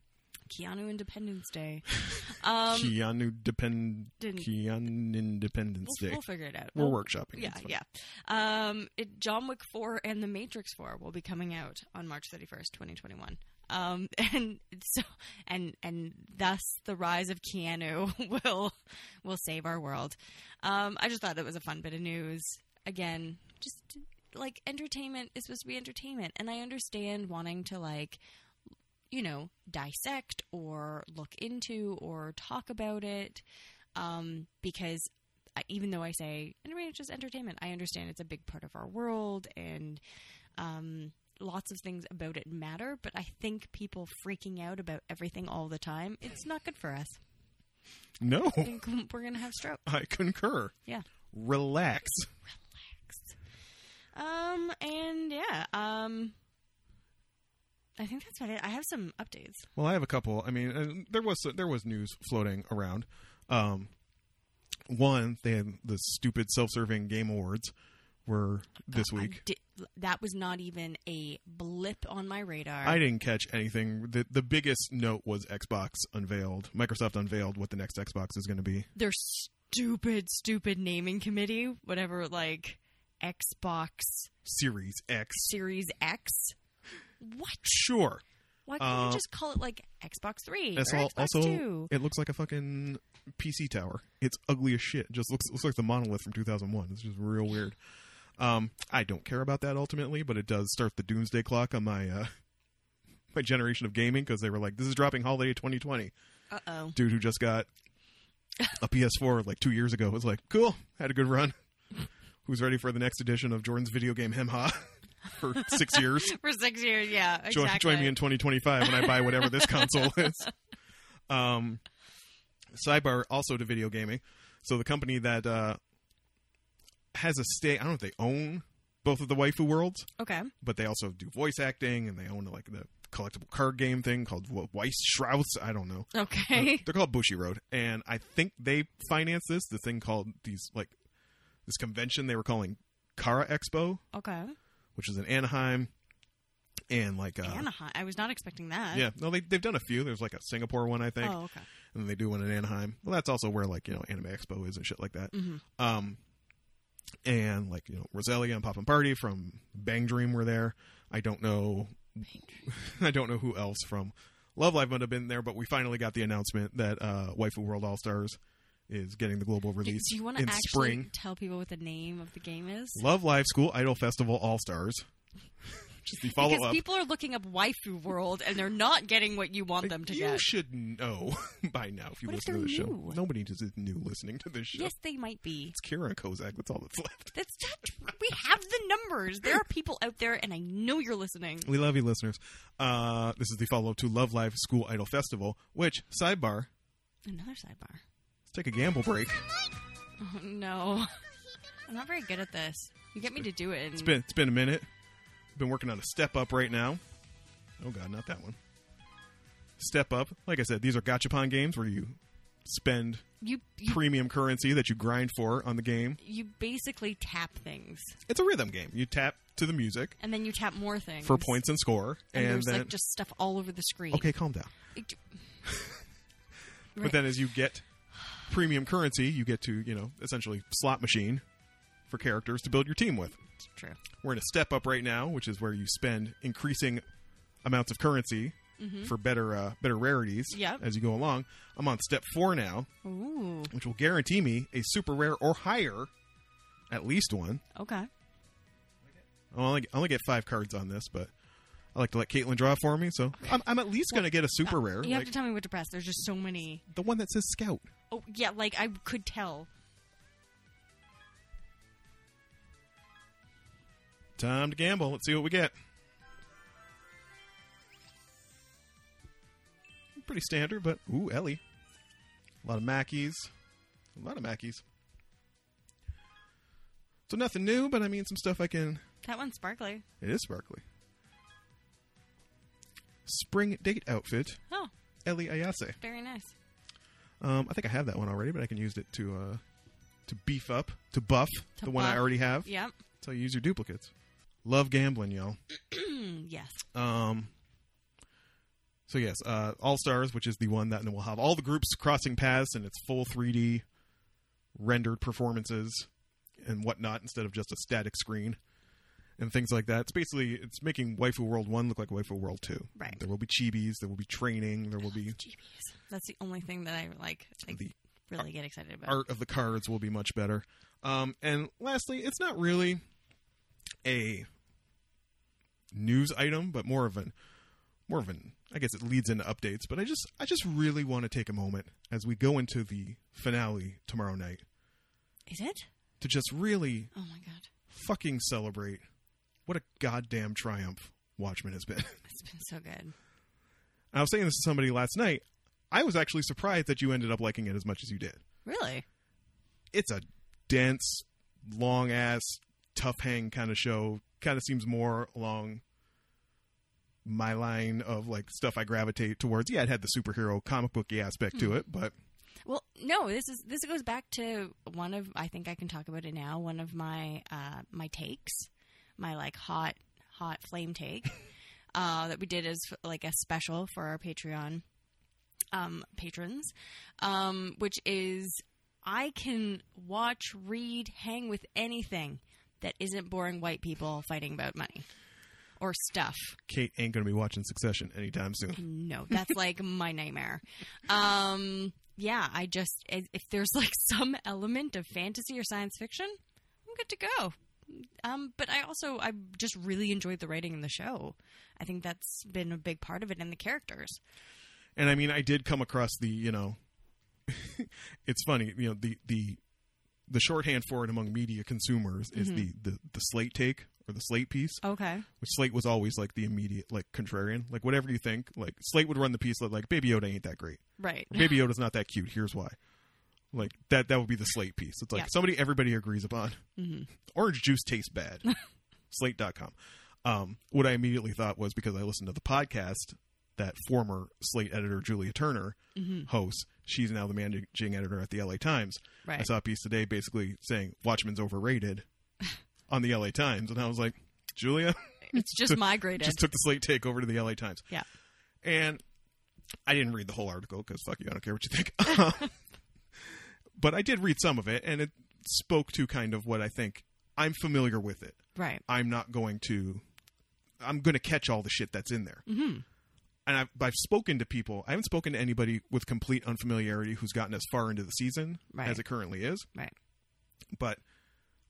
Speaker 2: Keanu Independence Day. Um,
Speaker 3: Keanu depend.
Speaker 2: didn't-
Speaker 3: Keanu Independence
Speaker 2: we'll,
Speaker 3: Day.
Speaker 2: we'll figure it out.
Speaker 3: we're
Speaker 2: We'll-
Speaker 3: workshopping.
Speaker 2: Yeah,
Speaker 3: It's fine.
Speaker 2: yeah. Um, it, John Wick 4 and The Matrix 4 will be coming out on March 31st, 2021. Um, and so, and and thus the rise of Keanu will will save our world. Um, I just thought that was a fun bit of news. Again, just like entertainment is supposed to be entertainment, and I understand wanting to like you know dissect or look into or talk about it um, because I, even though I say, I mean, it's just entertainment, I understand it's a big part of our world and um, lots of things about it matter, but I think people freaking out about everything all the time, it's not good for us.
Speaker 3: No,
Speaker 2: I think we're going to have stroke.
Speaker 3: I concur.
Speaker 2: Yeah.
Speaker 3: Relax.
Speaker 2: Um, and yeah, um, I think that's about it. I have some updates.
Speaker 3: Well, I have a couple. I mean, uh, there was there was news floating around. Um, one, they had the stupid self-serving Game Awards were this
Speaker 2: I
Speaker 3: week.
Speaker 2: di- that was not even a blip on my radar.
Speaker 3: I didn't catch anything. The the biggest note was Xbox unveiled. Microsoft unveiled what the next Xbox is going to be.
Speaker 2: their stupid, stupid naming committee, whatever, like Xbox
Speaker 3: Series X.
Speaker 2: Series X. What?
Speaker 3: Sure.
Speaker 2: Why can't
Speaker 3: Uh,
Speaker 2: we just call it like Xbox Three
Speaker 3: That's
Speaker 2: or
Speaker 3: all,
Speaker 2: Xbox
Speaker 3: also,
Speaker 2: Two?
Speaker 3: it looks like a fucking PC tower. It's ugly as shit. Just looks looks like the monolith from 2001. It's just real weird. Um, I don't care about that ultimately, but it does start the doomsday clock on my uh, my generation of gaming because they were like, "This is dropping holiday 2020."
Speaker 2: Uh oh.
Speaker 3: Dude who just got a PS4 like two years ago. It was like, cool, had a good run. Who's ready for the next edition of Jordan's video game Hemha for six years?
Speaker 2: For six years, yeah.
Speaker 3: join,
Speaker 2: Exactly.
Speaker 3: join me in 2025 when I buy whatever this console is. Um, sidebar also to video gaming. So the company that uh, has a stake, I don't know if they own both of the waifu worlds,
Speaker 2: Okay.
Speaker 3: but they also do voice acting and they own like the collectible card game thing called Wa- Weiss Shrouds. I don't know.
Speaker 2: Okay.
Speaker 3: They're called Bushy Road, and I think they financed this. The thing called these like this convention they were calling Kara Expo,
Speaker 2: okay.
Speaker 3: which is in Anaheim, and like uh,
Speaker 2: Anaheim. I was not expecting that.
Speaker 3: yeah, no, they they've done a few. There's like a Singapore one, I think,
Speaker 2: Oh, okay.
Speaker 3: and then they do one in Anaheim. Well, that's also where like you know Anime Expo is and shit like that.
Speaker 2: Mhm.
Speaker 3: Um, and like you know Roselia and Pop and Party from Bang Dream were there. I don't know, I don't know who else from Love Live might have been there, but we finally got the announcement that uh, Waifu World All Stars is getting the global
Speaker 2: Do,
Speaker 3: release
Speaker 2: do you want to
Speaker 3: in
Speaker 2: actually
Speaker 3: spring.
Speaker 2: tell people what the name of the game is?
Speaker 3: Love Live School Idol Festival All Stars, which is the follow
Speaker 2: because
Speaker 3: up.
Speaker 2: people are looking up waifu world and they're not getting what you want them to
Speaker 3: you
Speaker 2: get.
Speaker 3: should know by now if you
Speaker 2: What if
Speaker 3: listen to the
Speaker 2: they're
Speaker 3: show.
Speaker 2: new?
Speaker 3: Nobody is new listening to this show.
Speaker 2: Yes, they might be.
Speaker 3: It's Kira and Kozak. That's all that's left.
Speaker 2: That's not, we have the numbers. There are people out there, and I know you're listening.
Speaker 3: We love you, listeners. Uh, this is the follow up to Love Live School Idol Festival, which, sidebar,
Speaker 2: Another sidebar.
Speaker 3: let's take a gamble break.
Speaker 2: Oh, no, I'm not very good at this. You get me to do it. And
Speaker 3: It's been, it's been a minute. Been working on a step up right now. Oh, God, not that one. Step up. Like I said, these are gachapon games where you spend
Speaker 2: you, you
Speaker 3: premium currency that you grind for on the game.
Speaker 2: you basically tap things,
Speaker 3: It's a rhythm game. You tap to the music
Speaker 2: and then you tap more things
Speaker 3: for points and score,
Speaker 2: And,
Speaker 3: and,
Speaker 2: there's
Speaker 3: then
Speaker 2: like just stuff all over the screen.
Speaker 3: okay, calm down.
Speaker 2: It-
Speaker 3: But then as you get premium currency, you get to, you know, essentially slot machine for characters to build your team with.
Speaker 2: It's true.
Speaker 3: We're in a step up right now, which is where you spend increasing amounts of currency for better uh, better rarities
Speaker 2: Mm-hmm. Yep.
Speaker 3: as you go along. I'm on step 4 now,
Speaker 2: Ooh.
Speaker 3: which will guarantee me a super rare or higher at least one.
Speaker 2: Okay.
Speaker 3: I only, I only get 5 cards on this, but I like to let Caitlin draw for me, so I'm, I'm at least going to get a super rare,
Speaker 2: uh, You have
Speaker 3: like
Speaker 2: to tell me what to press. There's just so many.
Speaker 3: the one that says scout.
Speaker 2: Oh yeah, like I could tell.
Speaker 3: Time to gamble. Let's see what we get. Pretty standard, but ooh, Ellie. A lot of Mackies. A lot of Mackies. So nothing new, but I mean some stuff I can.
Speaker 2: That one's sparkly.
Speaker 3: It is sparkly. Spring date outfit,
Speaker 2: Oh,
Speaker 3: Ellie Ayase.
Speaker 2: very nice.
Speaker 3: Um, I think I have that one already, but I can use it to uh, to beef up, to buff
Speaker 2: To
Speaker 3: the one I
Speaker 2: buff.
Speaker 3: already have.
Speaker 2: Yep.
Speaker 3: So you use your duplicates. Love gambling, y'all.
Speaker 2: Mm, yes.
Speaker 3: Um, so yes, uh, All Stars, which is the one that will have all the groups crossing paths and it's full 3D rendered performances and whatnot instead of just a static screen and things like that. It's basically it's making Waifu World One look like Waifu World Two.
Speaker 2: Right.
Speaker 3: There will be chibis. There will be training. There will be
Speaker 2: Jeebies. That's the only thing that I like. Like
Speaker 3: The
Speaker 2: really get excited about.
Speaker 3: art of the cards will be much better. Um, and lastly, it's not really a news item, but more of an more of an I guess it leads into updates. But I just I just really want to take a moment as we go into the finale tomorrow night
Speaker 2: Is it?
Speaker 3: to just really
Speaker 2: Oh my god,
Speaker 3: fucking celebrate what a goddamn triumph Watchmen has been.
Speaker 2: it's been so good.
Speaker 3: I was saying this to somebody last night. I was actually surprised that you ended up liking it as much as you did.
Speaker 2: Really?
Speaker 3: it's a dense, long ass, tough hang kind of show. Kind of seems more along my line of like stuff I gravitate towards. Yeah, it had the superhero comic booky aspect to it, but
Speaker 2: Well, no. This is this goes back to one of I think I can talk about it now. One of my uh, my takes, my like hot hot flame take uh, that we did as like a special for our Patreon um, patrons, um, which is I can watch, read, hang with anything that isn't boring white people fighting about money or stuff.
Speaker 3: Kate ain't gonna be watching Succession anytime soon.
Speaker 2: No, that's like my nightmare. Um, yeah, I just if if there's like some element of fantasy or science fiction, I'm good to go. Um, but I also I just really enjoyed the writing in the show. I think that's been a big part of it and the characters.
Speaker 3: And I mean, I did come across the you know it's funny, you know, the the the shorthand for it among media consumers is the, the the slate take or the slate piece,
Speaker 2: Okay.
Speaker 3: which slate was always like the immediate like contrarian, like whatever you think, like slate would run the piece like, like Baby Yoda ain't that great,
Speaker 2: Right.
Speaker 3: or Baby Yoda's not that cute. Here's why. Like that that would be the slate piece. It's like
Speaker 2: Yeah.
Speaker 3: somebody everybody agrees upon.
Speaker 2: Mm-hmm.
Speaker 3: Orange juice tastes bad. Slate.com. Um, what I immediately thought was because I listened to the podcast that former Slate editor Julia Turner
Speaker 2: Mm-hmm.
Speaker 3: hosts. She's now the managing editor at the LA Times. I
Speaker 2: Right.
Speaker 3: saw a piece today basically saying Watchmen's overrated on the LA Times, and I was like, Julia
Speaker 2: It's just migrated.
Speaker 3: just took the Slate take over to the LA Times.
Speaker 2: Yeah.
Speaker 3: and I didn't read the whole article because fuck you, I don't care what you think. but I did read some of it, and it spoke to kind of what I think I'm familiar with it.
Speaker 2: right.
Speaker 3: I'm not going to. I'm going to catch all the shit that's in there.
Speaker 2: Mm-hmm.
Speaker 3: And I've, I've spoken to people. I haven't spoken to anybody with complete unfamiliarity who's gotten as far into the season
Speaker 2: Right.
Speaker 3: as it currently is.
Speaker 2: Right.
Speaker 3: But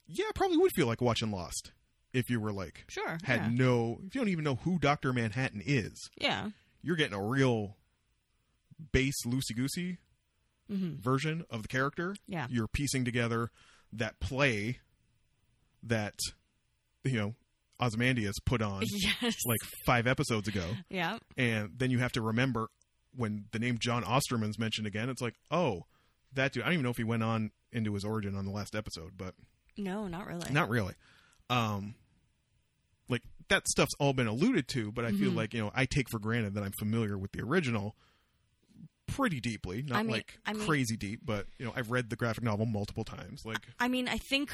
Speaker 3: yeah, it probably would feel like watching Lost if you were like
Speaker 2: Sure.
Speaker 3: had
Speaker 2: yeah.
Speaker 3: no. If you don't even know who Doctor Manhattan is,
Speaker 2: yeah.
Speaker 3: you're getting a real base loosey goosey
Speaker 2: Mm-hmm.
Speaker 3: version of the character.
Speaker 2: Yeah.
Speaker 3: You're piecing together that play that you know Ozymandias put on
Speaker 2: Yes.
Speaker 3: like five episodes ago,
Speaker 2: yeah.
Speaker 3: and then you have to remember when the name John Osterman's mentioned again. It's like, oh, that dude. I don't even know if he went on into his origin on the last episode, but
Speaker 2: No, not really.
Speaker 3: not really. Um, like that stuff's all been alluded to, but I feel
Speaker 2: Mhm.
Speaker 3: like you know I take for granted that I'm familiar with the original pretty deeply, not
Speaker 2: I mean-
Speaker 3: like
Speaker 2: I mean-
Speaker 3: crazy deep, but you know I've read the graphic novel multiple times. Like
Speaker 2: I mean, I think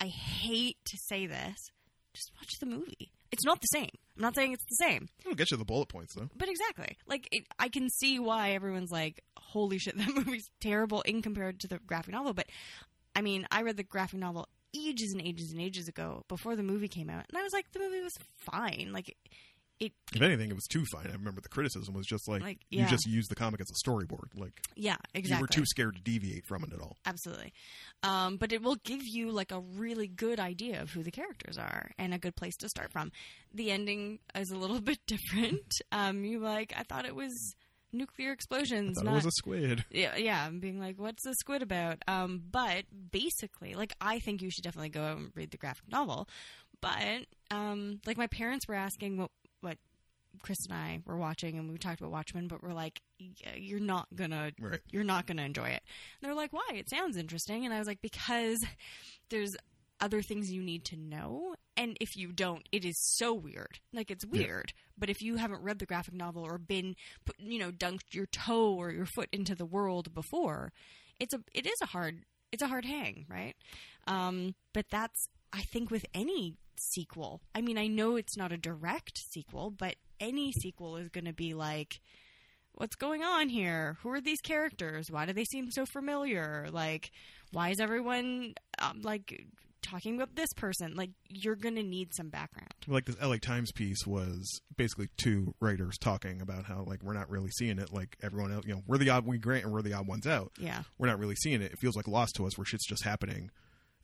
Speaker 2: I hate to say this. Just watch the movie. It's not the same. I'm not saying it's the same,
Speaker 3: it'll get you the bullet points though.
Speaker 2: but exactly. Like it, I can see why everyone's like, "Holy shit, that movie's terrible" in compared to the graphic novel. But I mean, I read the graphic novel ages and ages and ages ago before the movie came out, and I was like, the movie was fine. Like it,
Speaker 3: If anything, it was too fine. I remember the criticism was just like,
Speaker 2: Like,
Speaker 3: you
Speaker 2: yeah.
Speaker 3: just used the comic as a storyboard. Like
Speaker 2: yeah, exactly.
Speaker 3: you were too scared to deviate from it at all.
Speaker 2: Absolutely. Um, but it will give you like a really good idea of who the characters are and a good place to start from. The ending is a little bit different. Um, you like, I thought it was nuclear explosions,
Speaker 3: Thought
Speaker 2: not
Speaker 3: it was a squid.
Speaker 2: yeah, yeah. I'm being like, what's the squid about? Um, but basically, like, I think you should definitely go out and read the graphic novel. But um, like, my parents were asking what what Chris and I were watching, and we talked about Watchmen, but we're like, "Yeah, you're not gonna
Speaker 3: Right.
Speaker 2: you're not gonna enjoy it. And they're like, why? It sounds interesting, and I was like, because there's other things you need to know and if you don't it is so weird like it's
Speaker 3: Yeah.
Speaker 2: weird but if you haven't read the graphic novel or been put, you know dunked your toe or your foot into the world before it's a it is a hard it's a hard hang right um but that's i think with any sequel i mean i know it's not a direct sequel but any sequel is going to be like what's going on here? Who are these characters? Why do they seem so familiar? Like, why is everyone um, like talking about this person? Like, you're gonna need some background.
Speaker 3: like this LA Times piece was basically two writers talking about how like we're not really seeing it like everyone else you know we're the odd we grant and we're the odd ones out
Speaker 2: Yeah,
Speaker 3: we're not really seeing it it feels like lost to us where shit's just happening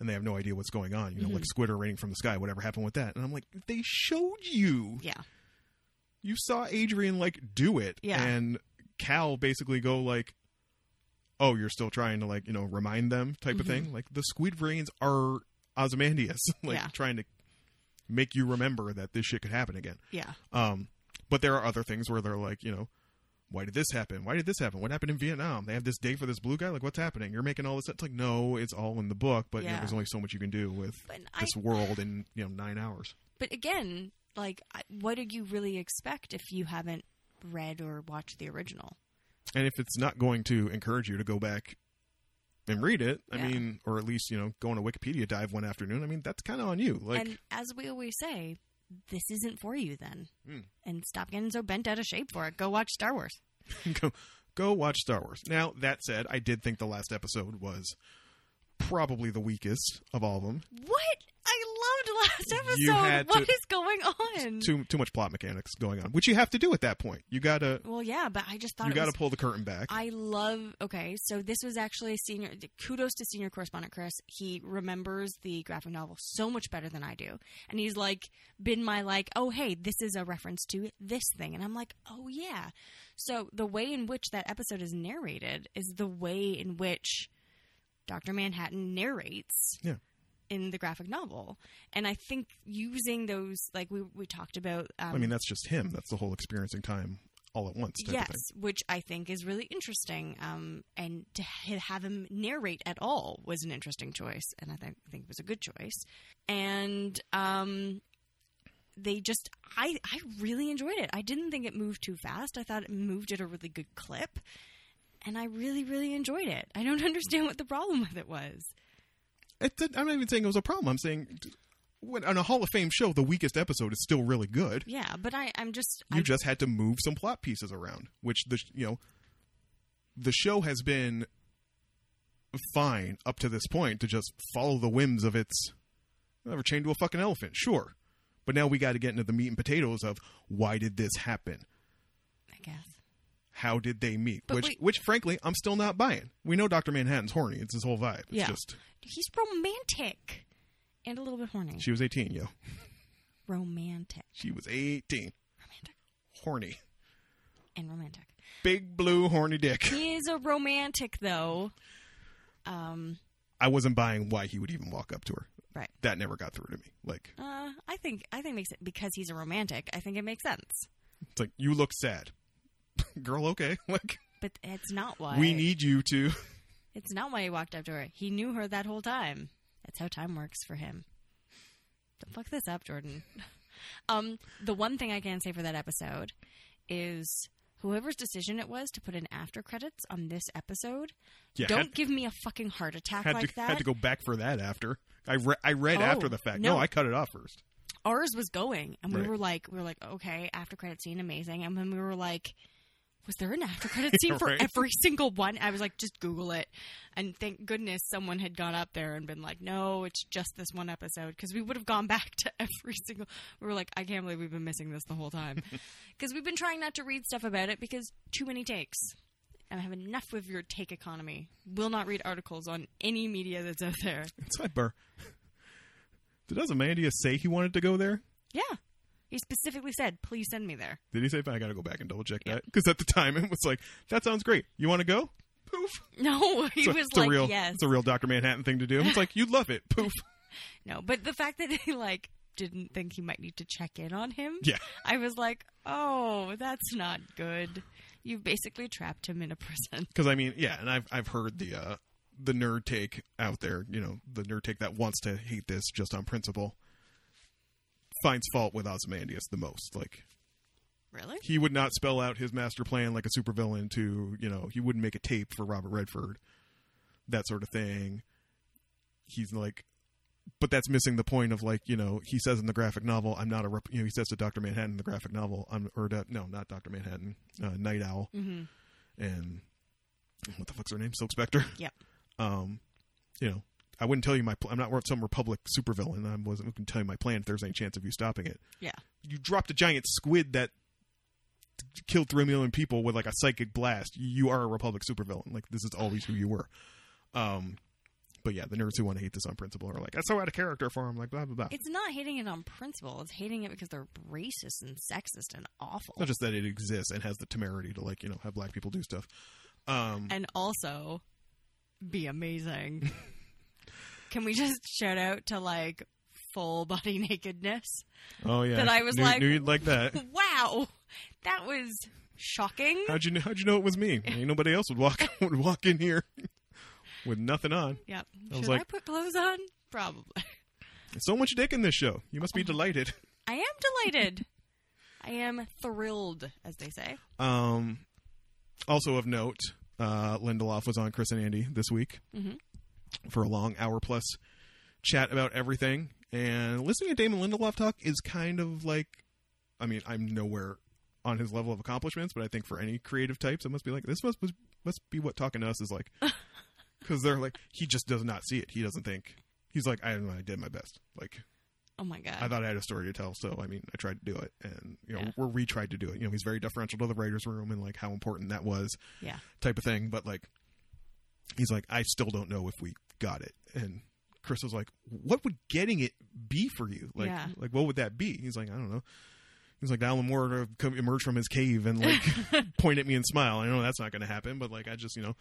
Speaker 3: and they have no idea what's going on you know
Speaker 2: Mm-hmm.
Speaker 3: like squid are raining from the sky whatever happened with that and I'm like they showed you
Speaker 2: yeah,
Speaker 3: you saw Adrian like do it
Speaker 2: Yeah.
Speaker 3: and Cal basically go like oh you're still trying to like you know remind them type
Speaker 2: Mm-hmm.
Speaker 3: of thing like the squid brains are Ozymandias like
Speaker 2: Yeah.
Speaker 3: trying to make you remember that this shit could happen again
Speaker 2: yeah,
Speaker 3: um, but there are other things where they're like, you know, why did this happen? Why did this happen? What happened in Vietnam? They have this day for this blue guy. Like, what's happening? You're making all this. It's like, no, it's all in the book, but you know,
Speaker 2: Yeah.
Speaker 3: there's only so much you can do with
Speaker 2: But I-
Speaker 3: this world in you know nine hours.
Speaker 2: but again, like, I- what do you really expect if you haven't read or watched the original?
Speaker 3: And if it's not going to encourage you to go back and read it, I
Speaker 2: Yeah.
Speaker 3: mean, or at least you know, go on a Wikipedia dive one afternoon. I mean, that's kind of on you. Like,
Speaker 2: and as we always say, this isn't for you then.
Speaker 3: Mm.
Speaker 2: And stop getting so bent out of shape for it. Go watch Star Wars.
Speaker 3: go go watch Star Wars. Now that said, I did think the last episode was probably the weakest of all of them.
Speaker 2: What? I loved last
Speaker 3: You had
Speaker 2: episode.
Speaker 3: to-
Speaker 2: What is going on?
Speaker 3: Too too much plot mechanics going on, which you have to do at that point. You gotta
Speaker 2: well, yeah, but I just thought
Speaker 3: you
Speaker 2: it was
Speaker 3: gotta pull the curtain back.
Speaker 2: I love. Okay, so this was actually a senior. Kudos to senior correspondent Chris. He remembers the graphic novel so much better than I do, and he's like been my like, oh hey, this is a reference to this thing, and I'm like, oh yeah. So the way in which that episode is narrated is the way in which Doctor Manhattan narrates
Speaker 3: Yeah.
Speaker 2: in the graphic novel, and I think using those like we we talked about. Um,
Speaker 3: I mean, that's just him. That's the whole experiencing time all at once. Type Of thing.
Speaker 2: yes, which I think is really interesting. Um, and to ha- have him narrate at all was an interesting choice, and I think think it was a good choice. And um, they just, I I really enjoyed it. I didn't think it moved too fast. I thought it moved at a really good clip, and I really really enjoyed it. I don't understand what the problem with it was.
Speaker 3: It did- I'm not even saying it was a problem. I'm saying when, on a Hall of Fame show, the weakest episode is still really good.
Speaker 2: Yeah, but I I'm just
Speaker 3: You
Speaker 2: I,
Speaker 3: just had to move some plot pieces around, which the you know the show has been fine up to this point to just follow the whims of its ever chained to a fucking elephant, sure. But now we got to get into the meat and potatoes of why did this happen?
Speaker 2: I guess.
Speaker 3: How did they meet?
Speaker 2: But
Speaker 3: which,
Speaker 2: wait-
Speaker 3: which frankly, I'm still not buying. We know Doctor Manhattan's horny. It's his whole vibe. It's
Speaker 2: Yeah.
Speaker 3: just
Speaker 2: He's romantic and a little bit horny.
Speaker 3: she was 18, yo.
Speaker 2: romantic.
Speaker 3: She was 18,
Speaker 2: Romantic
Speaker 3: horny.
Speaker 2: and romantic.
Speaker 3: big blue horny dick.
Speaker 2: He is a romantic, though. Um,
Speaker 3: I wasn't buying why he would even walk up to her.
Speaker 2: right.
Speaker 3: That never got through to me. Like
Speaker 2: Uh, I think I think makes it because he's a romantic. I think it makes sense,
Speaker 3: it's like you look sad, girl. Okay, like
Speaker 2: but it's not why
Speaker 3: we need you to.
Speaker 2: It's not why he walked up to her. He knew her that whole time. That's how time works for him. Don't fuck this up, Jordan. um, the one thing I can say for that episode is whoever's decision it was to put in after credits on this episode.
Speaker 3: Yeah,
Speaker 2: don't
Speaker 3: had-
Speaker 2: give me a fucking heart attack
Speaker 3: Had
Speaker 2: like
Speaker 3: to
Speaker 2: that.
Speaker 3: had to go back for that after I re- I read
Speaker 2: Oh,
Speaker 3: after the fact. No.
Speaker 2: no.
Speaker 3: I cut it off first.
Speaker 2: ours was going and we
Speaker 3: Right.
Speaker 2: were like we were like okay after credit scene amazing and then we were like was there an after credit scene for
Speaker 3: Right.
Speaker 2: every single one i was like just google it and thank goodness someone had gone up there and been like no it's just this one episode because we would have gone back to every single we were like i can't believe we've been missing this the whole time because we've been trying not to read stuff about it because too many takes and i have enough of your take economy will not read articles on any media that's out there
Speaker 3: Sidebar. Did Ozymandias say he wanted to go there?
Speaker 2: yeah he specifically said please send me there
Speaker 3: Did he say? I got to go back and double check that because at the time it was like that sounds great. You want to go? Poof.
Speaker 2: No, he
Speaker 3: It's a-
Speaker 2: was
Speaker 3: it's a
Speaker 2: like,
Speaker 3: real,
Speaker 2: yes.
Speaker 3: It's a real Doctor Manhattan thing to do. It's like you'd love it. Poof.
Speaker 2: no, but the fact that he like didn't think he might need to check in on him,
Speaker 3: Yeah.
Speaker 2: I was like, oh, that's not good. You basically trapped him in a prison.
Speaker 3: because I mean, yeah, and I've I've heard the uh, the nerd take out there. You know, the nerd take that wants to hate this just on principle finds fault with Ozymandias the most. Like
Speaker 2: Really?
Speaker 3: he would not spell out his master plan like a supervillain to you know he wouldn't make a tape for Robert Redford, that sort of thing. He's like. But that's missing the point of like you know he says in the graphic novel I'm not a rep-, you know he says to Doctor Manhattan in the graphic novel I'm or to, no not Doctor Manhattan uh, Night Owl
Speaker 2: Mm-hmm.
Speaker 3: and what the fuck's her name? Silk Spectre.
Speaker 2: Yep.
Speaker 3: Um, you know, I wouldn't tell you my. Pl- I'm not some Republic supervillain. I wasn't going to tell you my plan if there's any chance of you stopping it.
Speaker 2: Yeah.
Speaker 3: You dropped a giant squid that t- killed three million people with like a psychic blast. You are a Republic supervillain. Like this is always who you were. Um, but yeah, the nerds who want to hate this on principle are like that's so out of character for him. Like blah blah blah.
Speaker 2: It's not hating it on principle. It's hating it because they're racist and sexist and awful.
Speaker 3: It's not just that it exists and has the temerity to like you know have black people do stuff. Um,
Speaker 2: and also be amazing. Can we just shout out to like full body nakedness?
Speaker 3: oh yeah,
Speaker 2: that I was
Speaker 3: Knew-
Speaker 2: like-
Speaker 3: knew you'd like that.
Speaker 2: Wow, that was shocking.
Speaker 3: How'd you know, how'd you know it was me? Ain't nobody else would walk would walk in here with nothing on.
Speaker 2: Yep.
Speaker 3: I was
Speaker 2: Should I
Speaker 3: like-
Speaker 2: put clothes on? Probably.
Speaker 3: So much dick in this show. You must be delighted.
Speaker 2: I am delighted. I am thrilled, as they say.
Speaker 3: Um, also of note, uh, Lindelof was on Chris and Andy this week
Speaker 2: Mhm.
Speaker 3: for a long hour plus chat about everything. And listening to Damon Lindelof talk is kind of like, I mean, I'm nowhere on his level of accomplishments, but I think for any creative types, it must be like this must must be what talking to us is like, because they're like he just does not see it. He doesn't think he's like I don't know. I did my best. Like
Speaker 2: Oh my god.
Speaker 3: I thought I had a story to tell, so I mean, I tried to do it, and you know,
Speaker 2: Yeah.
Speaker 3: we're we tried to do it. You know, he's very deferential to the writers' room and like how important that was,
Speaker 2: yeah.
Speaker 3: type of thing. But like, he's like, I still don't know if we got it. And Chris was like, What would getting it be for you? Like,
Speaker 2: Yeah.
Speaker 3: like what would that be? He's like, I don't know. He's like, Alan Moore come emerge from his cave and like point at me and smile. I know that's not going to happen, but like, I just you know.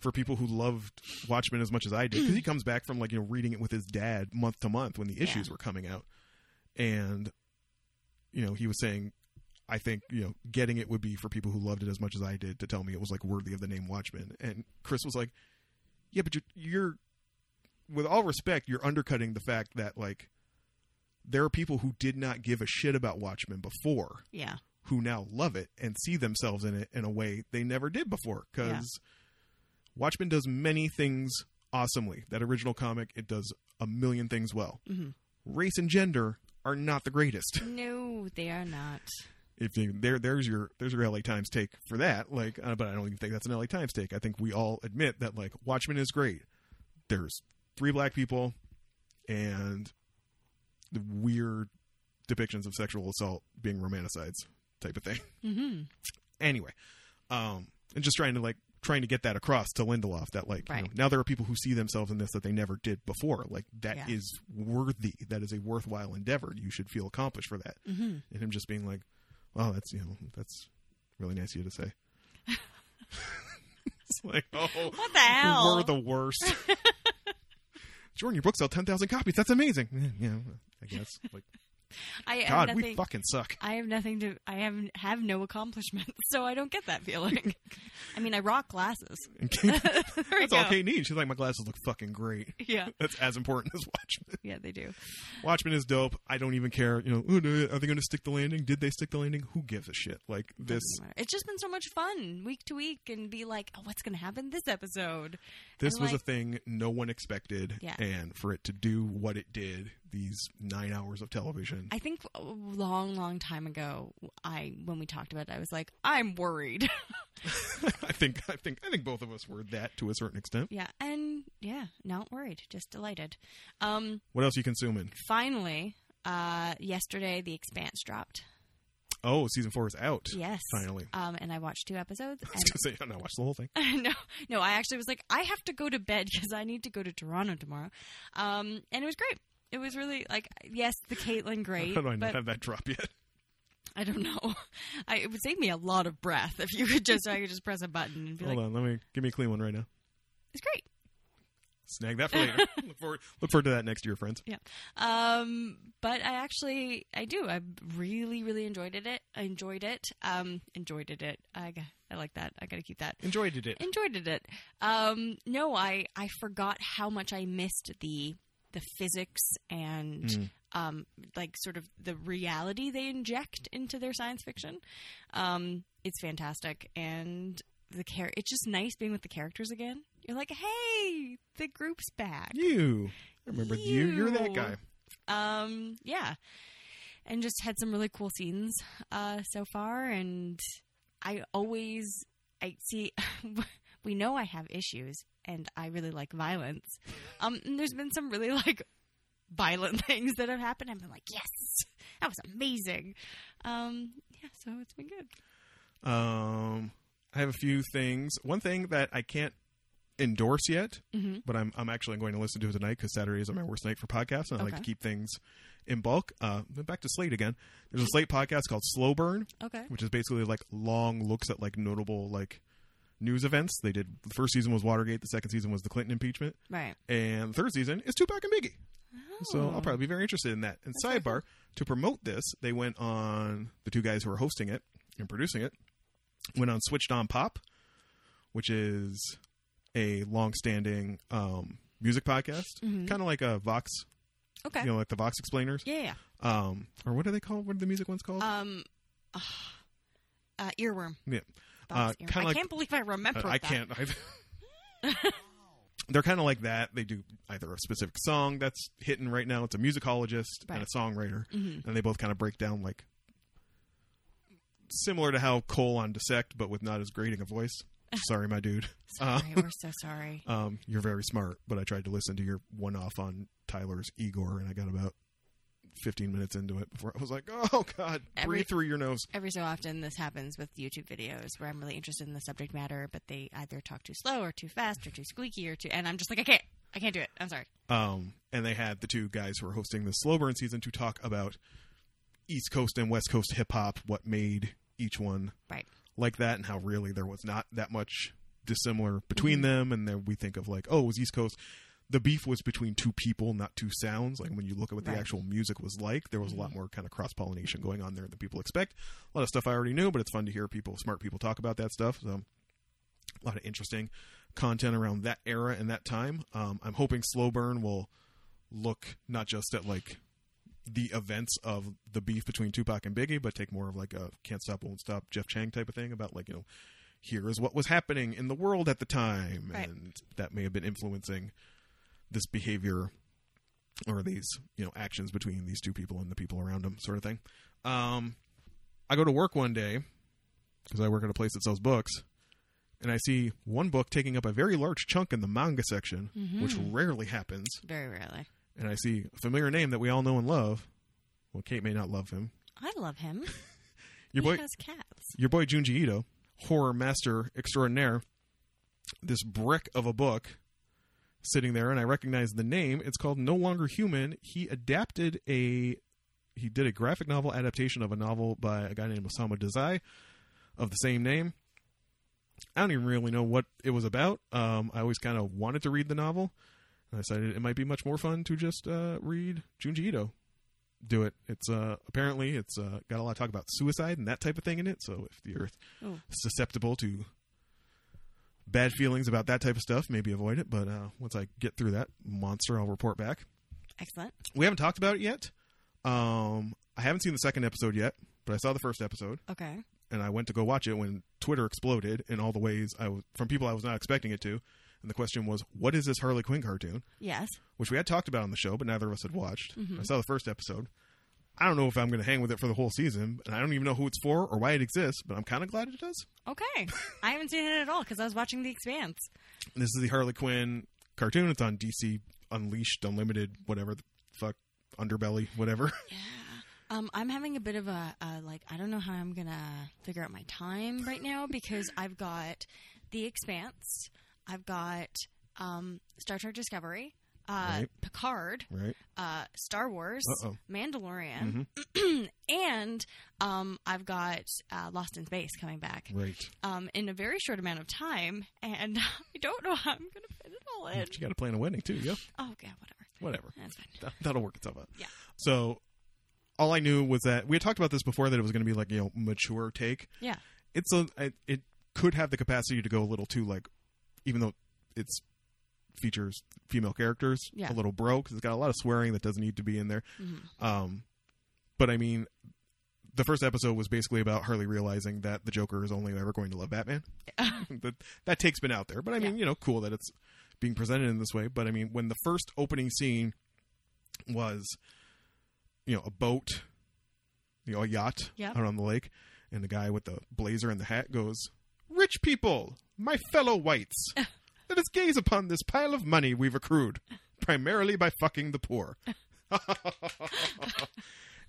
Speaker 3: For people who loved Watchmen as much as I did, because he comes back from like you know reading it with his dad month to month when the issues were coming out, and you know he was saying I think you know getting it would be for people who loved it as much as I did to tell me it was like worthy of the name Watchmen. And Chris was like, "Yeah, but you're, you're with all respect, you're undercutting the fact that like there are people who did not give a shit about Watchmen before
Speaker 2: Yeah.
Speaker 3: who now love it and see themselves in it in a way they never did before because Watchmen does many things awesomely. That original comic, it does a million things well.
Speaker 2: Mhm.
Speaker 3: Race and gender are not the greatest
Speaker 2: No, they are not.
Speaker 3: if you there there's your there's your LA Times take for that. Like, uh, but I don't even think that's an LA Times take. I think we all admit that like Watchmen is great. There's three black people, and the weird depictions of sexual assault being romanticized type of thing.
Speaker 2: hmm
Speaker 3: Anyway, um, and just trying to like trying to get that across to Lindelof that like you know,
Speaker 2: Right.
Speaker 3: now there are people who see themselves in this that they never did before. Like that is
Speaker 2: Yeah.
Speaker 3: worthy. That is a worthwhile endeavor. You should feel accomplished for that
Speaker 2: hmm
Speaker 3: and him just being like, "Wow, that's you know, that's really nice of you to say." it's like, oh,
Speaker 2: What the hell?
Speaker 3: we're the worst. Jordan, your book sell ten thousand copies. That's amazing. Yeah, yeah, I guess. Like,
Speaker 2: I have
Speaker 3: God,
Speaker 2: nothing.
Speaker 3: we fucking suck.
Speaker 2: I have nothing to. I have have no accomplishments, so I don't get that feeling. I mean, I rock glasses.
Speaker 3: And Kate-
Speaker 2: there we
Speaker 3: that's all
Speaker 2: go.
Speaker 3: Kate needs. She's like, my glasses look fucking great.
Speaker 2: Yeah,
Speaker 3: That's as important as Watchmen.
Speaker 2: yeah, they do.
Speaker 3: Watchmen is dope. I don't even care. You know, "Ooh, no, are they going to stick the landing? Did they stick the landing? Who gives a shit? Like this.
Speaker 2: Doesn't matter. It's just been so much fun week to week, and be like, oh, what's going to happen this episode?
Speaker 3: this
Speaker 2: And,
Speaker 3: was
Speaker 2: like-
Speaker 3: a thing no one expected
Speaker 2: Yeah.
Speaker 3: and for it to do what it did these nine hours of television
Speaker 2: I think a long, long time ago, I when we talked about it, I was like, I'm worried.
Speaker 3: I think i think i think both of us were that to a certain extent
Speaker 2: yeah, and yeah, not worried, just delighted. Um,
Speaker 3: what else you consuming
Speaker 2: finally, uh, yesterday, The Expanse dropped.
Speaker 3: oh season four is out
Speaker 2: Yes,
Speaker 3: finally
Speaker 2: Um, and I watched two episodes.
Speaker 3: i was
Speaker 2: And
Speaker 3: gonna say i'm not watching the whole thing
Speaker 2: no, no, I actually was like, I have to go to bed because I need to go to Toronto tomorrow. Um, and it was great. It was really like, yes, the Caitlin Gray,
Speaker 3: how do i not
Speaker 2: but
Speaker 3: have that drop yet
Speaker 2: I don't know. I, it would save me a lot of breath if you could just, I could just press a button and be
Speaker 3: hold
Speaker 2: like,
Speaker 3: on let me give me a clean one right now
Speaker 2: it's great.
Speaker 3: snag that for later look forward look forward to that next year friends
Speaker 2: Yeah. Um, but I actually, I do. I really, really enjoyed it. I enjoyed it. Um, enjoyed it. I, g- I like that. I got to keep that.
Speaker 3: enjoyed it
Speaker 2: enjoyed it. Um, no, I I forgot how much I missed the the physics and
Speaker 3: Mm.
Speaker 2: um, like sort of the reality they inject into their science fiction. Um, it's fantastic, and the care. It's just nice being with the characters again. You're like, hey, the group's back.
Speaker 3: you i remember you you're that
Speaker 2: You.
Speaker 3: guy
Speaker 2: Um, yeah, and just had some really cool scenes uh, so far. And I always, I see, we know I have issues, and I really like violence. Um, and there's been some really like violent things that have happened. I've been like, yes, that was amazing. Um, yeah, so it's been good.
Speaker 3: um i have a few things one thing that i can't endorse yet
Speaker 2: Mm-hmm.
Speaker 3: but I'm I'm actually going to listen to it tonight because Saturdays are my worst night for podcasts, and I like to
Speaker 2: Okay.
Speaker 3: keep things in bulk. Uh, but back to Slate again. There's a Slate podcast called Slow Burn,
Speaker 2: Okay.
Speaker 3: which is basically like long looks at like notable like news events. They did the first season was Watergate, the second season was the Clinton impeachment,
Speaker 2: Right.
Speaker 3: and the third season is Tupac and Biggie. So
Speaker 2: Oh.
Speaker 3: I'll probably be very interested in that. And
Speaker 2: very
Speaker 3: sidebar, to promote this, they went on the two guys who are hosting it and producing it went on Switched On Pop, which is a long-standing um, music podcast,
Speaker 2: Mhm.
Speaker 3: kind of like a Vox,
Speaker 2: Okay.
Speaker 3: you know, like the Vox Explainers,
Speaker 2: yeah, yeah.
Speaker 3: um, or what are they called? What are the music ones called?
Speaker 2: yeah. Um, uh, uh, earworm.
Speaker 3: yeah,
Speaker 2: Bob's
Speaker 3: Uh,
Speaker 2: earworm.
Speaker 3: kinda
Speaker 2: I
Speaker 3: like-
Speaker 2: can't believe I remember.
Speaker 3: I, I
Speaker 2: that.
Speaker 3: can't. I've, they're kind of like that. They do either a specific song that's hitting right now. It's a musicologist and
Speaker 2: Right.
Speaker 3: a songwriter,
Speaker 2: Mhm.
Speaker 3: and they both kind of break down like similar to how Cole on Dissect, but with not as grating a voice. Sorry, my dude. Uh,
Speaker 2: Sorry, we're so sorry.
Speaker 3: Um, you're very smart, but I tried to listen to your one off on Tyler's Igor, and I got about 15 minutes into it before I was like, oh, God,
Speaker 2: Every-
Speaker 3: breathe through your nose.
Speaker 2: Every so often, this happens with YouTube videos where I'm really interested in the subject matter, but they either talk too slow or too fast or too squeaky or too, and I'm just like, I can't, I can't do it. I'm sorry.
Speaker 3: Um, and they had the two guys who were hosting the slow burn season to talk about East Coast and West Coast hip hop, what made each one
Speaker 2: Right.
Speaker 3: like that, and how really there was not that much dissimilar between them. And then we think of like, oh, it was East Coast. The beef was between two people, not two sounds. Like when you look at what the
Speaker 2: Right.
Speaker 3: actual music was like, there was a lot more kind of cross pollination going on there than people expect. A lot of stuff I already knew, but it's fun to hear people, smart people, talk about that stuff. So a lot of interesting content around that era and that time. Um, I'm hoping Slow Burn will look not just at like the events of the beef between Tupac and Biggie, but take more of like a can't stop, won't stop Jeff Chang type of thing about like, you know, here is what was happening in the world at the time.
Speaker 2: Right.
Speaker 3: And that may have been influencing this behavior or these, you know, actions between these two people and the people around them sort of thing. Um, I go to work one day because I work at a place that sells books and I see one book taking up a very large chunk in the manga section, which rarely happens.
Speaker 2: Very rarely.
Speaker 3: And I see a familiar name that we all know and love. Well, Kate may not love him.
Speaker 2: I love him.
Speaker 3: Your
Speaker 2: he
Speaker 3: boy,
Speaker 2: has cats.
Speaker 3: your boy Junji Ito, horror master extraordinaire. This brick of a book sitting there, and I recognize the name. It's called No Longer Human. He adapted a, he did a graphic novel adaptation of a novel by a guy named Osama Dazai of the same name. I don't even really know what it was about. Um, I always kind of wanted to read the novel. And I decided it might be much more fun to just uh, read Junji Ito. Do it. It's uh, apparently it's uh, got a lot of talk about suicide and that type of thing in it. So if the Earth
Speaker 2: Oh.
Speaker 3: is susceptible to bad feelings about that type of stuff, maybe avoid it. But uh, once I get through that monster, I'll report back.
Speaker 2: Excellent.
Speaker 3: We haven't talked about it yet. Um, I haven't seen the second episode yet, but I saw the first episode
Speaker 2: Okay.
Speaker 3: and I went to go watch it when Twitter exploded in all the ways I was from people I was not expecting it to. And the question was, what is this Harley Quinn cartoon?
Speaker 2: Yes.
Speaker 3: Which we had talked about on the show, but neither of us had watched. I saw the first episode. I don't know if I'm going to hang with it for the whole season, and I don't even know who it's for or why it exists, but I'm kind of glad it does.
Speaker 2: Okay. I haven't seen it at all because I was watching The Expanse.
Speaker 3: This is the Harley Quinn cartoon. It's on DC Unleashed, Unlimited, whatever the fuck, Underbelly, whatever.
Speaker 2: Um, I'm having a bit of a, a like I don't know how I'm gonna figure out my time right now because I've got The Expanse, I've got um, Star Trek Discovery, uh,
Speaker 3: Right.
Speaker 2: Picard,
Speaker 3: right?
Speaker 2: uh, Star Wars,
Speaker 3: Uh-oh. Mm-hmm.
Speaker 2: Mandalorian, and um, I've got uh, Lost in Space coming back
Speaker 3: Right.
Speaker 2: um, in a very short amount of time, and I don't know how I'm gonna fit it all in.
Speaker 3: But you got to plan a wedding too, yeah?
Speaker 2: Oh yeah, whatever,
Speaker 3: Whatever.
Speaker 2: that's fine.
Speaker 3: That- That'll work itself out.
Speaker 2: Yeah.
Speaker 3: So all I knew was that we had talked about this before that it was going to be like you know mature take.
Speaker 2: Yeah,
Speaker 3: It's a it, it could have the capacity to go a little too like even though it's features female characters
Speaker 2: Yeah.
Speaker 3: a little bro because it's got a lot of swearing that doesn't need to be in there.
Speaker 2: Mm-hmm.
Speaker 3: Um, but I mean, the first episode was basically about Harley realizing that the Joker is only ever going to love Batman. that that take's been out there, but I mean,
Speaker 2: Yeah.
Speaker 3: you know, cool that it's being presented in this way. But I mean, when the first opening scene was, you know, a boat, you know, a yacht
Speaker 2: Yeah.
Speaker 3: out on the lake, and the guy with the blazer and the hat goes, "Rich people, my fellow whites." Let us gaze upon this pile of money we've accrued, primarily by fucking the poor.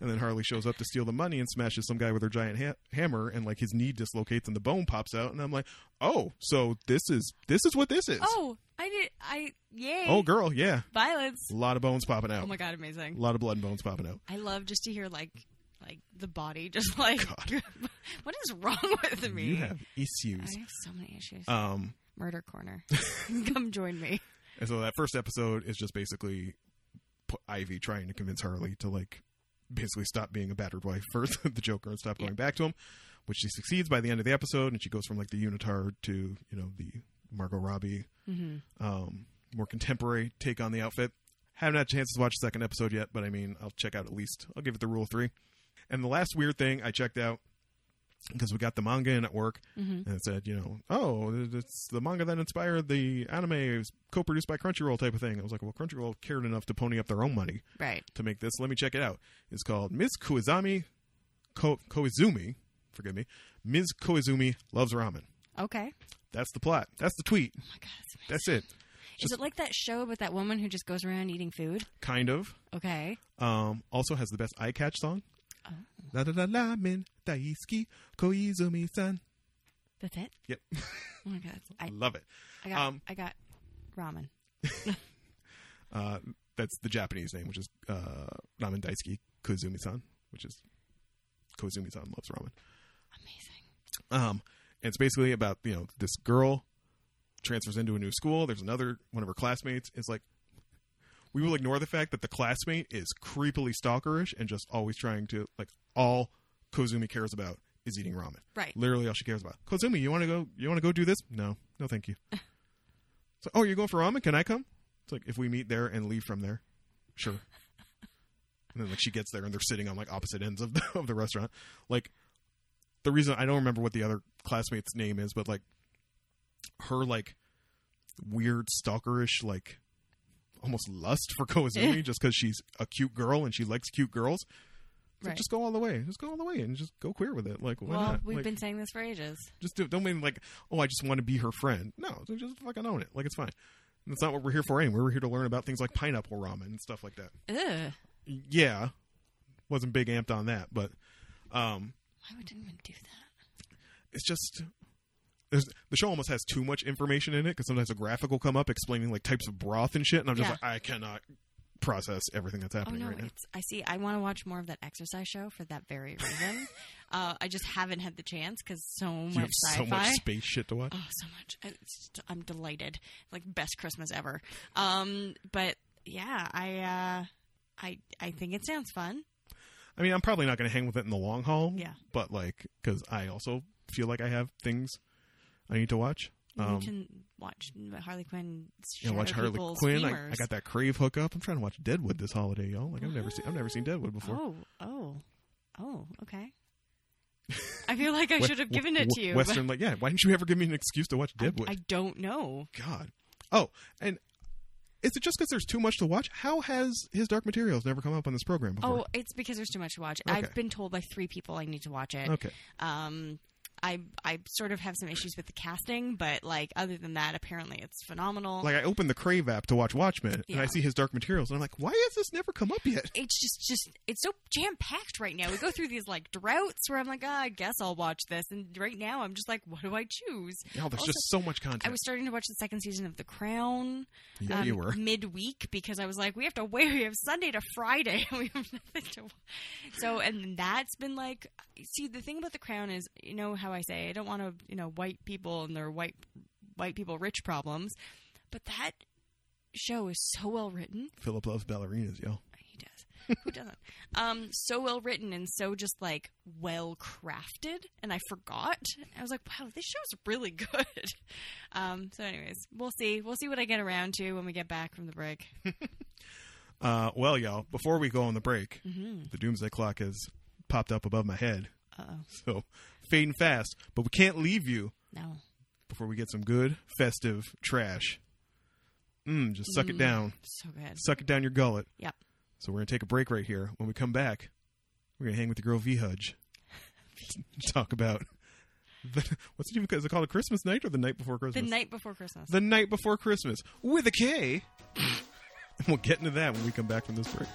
Speaker 3: and then Harley shows up to steal the money and smashes some guy with her giant ha- hammer, and like his knee dislocates and the bone pops out. And I'm like, oh, so this is this is what this is.
Speaker 2: Oh, I did. I yay.
Speaker 3: Oh, girl, yeah,
Speaker 2: violence.
Speaker 3: a lot of bones popping out,
Speaker 2: Oh my god,
Speaker 3: a
Speaker 2: amazing!
Speaker 3: lot of blood and bones popping out.
Speaker 2: I love just to hear like like the body just like what is wrong with me?
Speaker 3: You have
Speaker 2: I
Speaker 3: issues.
Speaker 2: have so many issues.
Speaker 3: Um,
Speaker 2: Murder corner, come join me.
Speaker 3: And so that first episode is just basically P- Ivy trying to convince Harley to like basically stop being a battered wife for the Joker and stop going back to him, which she succeeds by the end of the episode, and she goes from like the unitard to you know the Margot Robbie, um, more contemporary take on the outfit. Haven't had a chance to watch the second episode yet, but I mean, I'll check out at least. I'll give it the rule of three. And the last weird thing I checked out because we got the manga in at work, and it said, you know, oh, it's the manga that inspired the anime, It was co-produced by Crunchyroll type of thing. I was like, well, Crunchyroll cared enough to pony up their own money
Speaker 2: Right.
Speaker 3: to make this. Let me check it out. It's called Ms. Koizami, Ko- Koizumi, forgive me, Ms. Koizumi loves ramen.
Speaker 2: Okay.
Speaker 3: That's the plot. That's the tweet.
Speaker 2: Oh my god, that's amazing.
Speaker 3: That's it.
Speaker 2: Is it like that show about that woman who just goes around eating food?
Speaker 3: Kind of.
Speaker 2: Okay.
Speaker 3: Um, also has the best eye catch song. La da da ramen daisuki koizumi san.
Speaker 2: That's it?
Speaker 3: Yep,
Speaker 2: Oh my god. I,
Speaker 3: love it.
Speaker 2: I got
Speaker 3: Um,
Speaker 2: I got ramen.
Speaker 3: Uh, that's the Japanese name, which is uh, ramen daisuki koizumi san, which is koizumi san loves ramen.
Speaker 2: Amazing.
Speaker 3: Um, and it's basically about you know this girl transfers into a new school. There's another one of her classmates is like, we will ignore the fact that the classmate is creepily stalkerish and just always trying to like all Kozumi cares about is eating ramen.
Speaker 2: Right.
Speaker 3: Literally all she cares about. Kozumi, you want to go? You want to go do this? No, no, thank you. so, oh, you're going for ramen? Can I come? It's like if we meet there and leave from there, sure. And then like she gets there and they're sitting on like opposite ends of the, of the restaurant. Like the reason I don't remember what the other classmate's name is, but like her like weird stalkerish like almost lust for Koizumi just because she's a cute girl and she likes cute girls. It's like,
Speaker 2: Right.
Speaker 3: just go all the way. Just go all the way and just go queer with it. Like why
Speaker 2: well,
Speaker 3: not?
Speaker 2: we've
Speaker 3: Like,
Speaker 2: been saying this for ages.
Speaker 3: just do it. Don't mean like, oh, I just want to be her friend. No, so just fucking own it. Like it's fine. And That's not what we're here for anyway. We're here to learn about things like pineapple ramen and stuff like that.
Speaker 2: Ugh. Why
Speaker 3: Yeah, wasn't big amped on that, but um,
Speaker 2: would anyone do that?
Speaker 3: it's just there's, the show almost has too much information in it because sometimes a graphic will come up explaining like types of broth and shit, and I'm just
Speaker 2: Yeah.
Speaker 3: like, I cannot process everything that's
Speaker 2: Oh
Speaker 3: happening
Speaker 2: no,
Speaker 3: right now.
Speaker 2: it's I see. I want to watch more of that exercise show for that very reason. uh, I just haven't had the chance because so much
Speaker 3: You have
Speaker 2: sci-fi.
Speaker 3: so much space shit to watch.
Speaker 2: Oh, so much. I- it's just- I'm delighted. Like best Christmas ever. Um, but yeah, I uh, I I think it sounds fun.
Speaker 3: I mean, I'm probably not going to hang with it in the long haul.
Speaker 2: Yeah.
Speaker 3: But like, because I also feel like I have things I need to watch. Um,
Speaker 2: we can watch Harley Quinn.
Speaker 3: you know, watch
Speaker 2: shadow
Speaker 3: Harley
Speaker 2: people's
Speaker 3: Quinn. I, I
Speaker 2: femurs.
Speaker 3: got that Crave hookup. I'm trying to watch Deadwood this holiday, y'all. Like I've never seen I've never seen Deadwood before.
Speaker 2: Oh, oh, oh. Okay. I feel like I
Speaker 3: We-
Speaker 2: should have
Speaker 3: we-
Speaker 2: given it to
Speaker 3: we-
Speaker 2: you. but
Speaker 3: Western, like yeah. Why didn't you ever give me an excuse to watch
Speaker 2: I,
Speaker 3: Deadwood?
Speaker 2: I don't know.
Speaker 3: God. Oh, and is it just because there's too much to watch? How has his Dark Materials never come up on this program before?
Speaker 2: Oh, it's because there's too much to watch.
Speaker 3: Okay.
Speaker 2: I've been told by three people I need to watch it.
Speaker 3: Okay.
Speaker 2: Um, I I sort of have some issues with the casting, but like other than that, apparently it's phenomenal.
Speaker 3: Like I opened the Crave app to watch Watchmen, and I
Speaker 2: Yeah.
Speaker 3: see his Dark Materials, and I'm like, why has this never come up yet?
Speaker 2: it's just just it's so jam packed right now. We go through these like droughts where I'm like, ah, I guess I'll watch this, and right now I'm just like, what do I choose?
Speaker 3: Oh, there's
Speaker 2: Also,
Speaker 3: just so much content.
Speaker 2: I was starting to watch the second season of The Crown.
Speaker 3: Yeah,
Speaker 2: um,
Speaker 3: you were.
Speaker 2: midweek because I was like, we have to wait. We have Sunday to Friday. we have nothing to. So and that's been like, see, the thing about The Crown is, you know how I say I don't want to, you know, white people and their white white people rich problems, but that show is so well written.
Speaker 3: Philip loves ballerinas, yo.
Speaker 2: He does. Who doesn't? Um, so well written and so just like well crafted. And I forgot. I was like, wow, this show's really good. Um, so, anyways, we'll see. We'll see what I get around to when we get back from the break.
Speaker 3: Uh, well, y'all, before we go on the break, the doomsday clock has popped up above my head.
Speaker 2: Mm-hmm. Uh-oh.
Speaker 3: So fading fast, but we can't leave you
Speaker 2: No.
Speaker 3: before we get some good festive trash. Mm, just suck
Speaker 2: Mm-hmm.
Speaker 3: it down.
Speaker 2: So good.
Speaker 3: Suck it down your gullet.
Speaker 2: Yep.
Speaker 3: So we're gonna take a break right here. When we come back, we're gonna hang with the girl V Hudge. Talk about the, what's it even is it called a Christmas night or the night before
Speaker 2: The
Speaker 3: Christmas?
Speaker 2: night before Christmas.
Speaker 3: The night before Christmas with a K. we'll get into that when we come back from this break.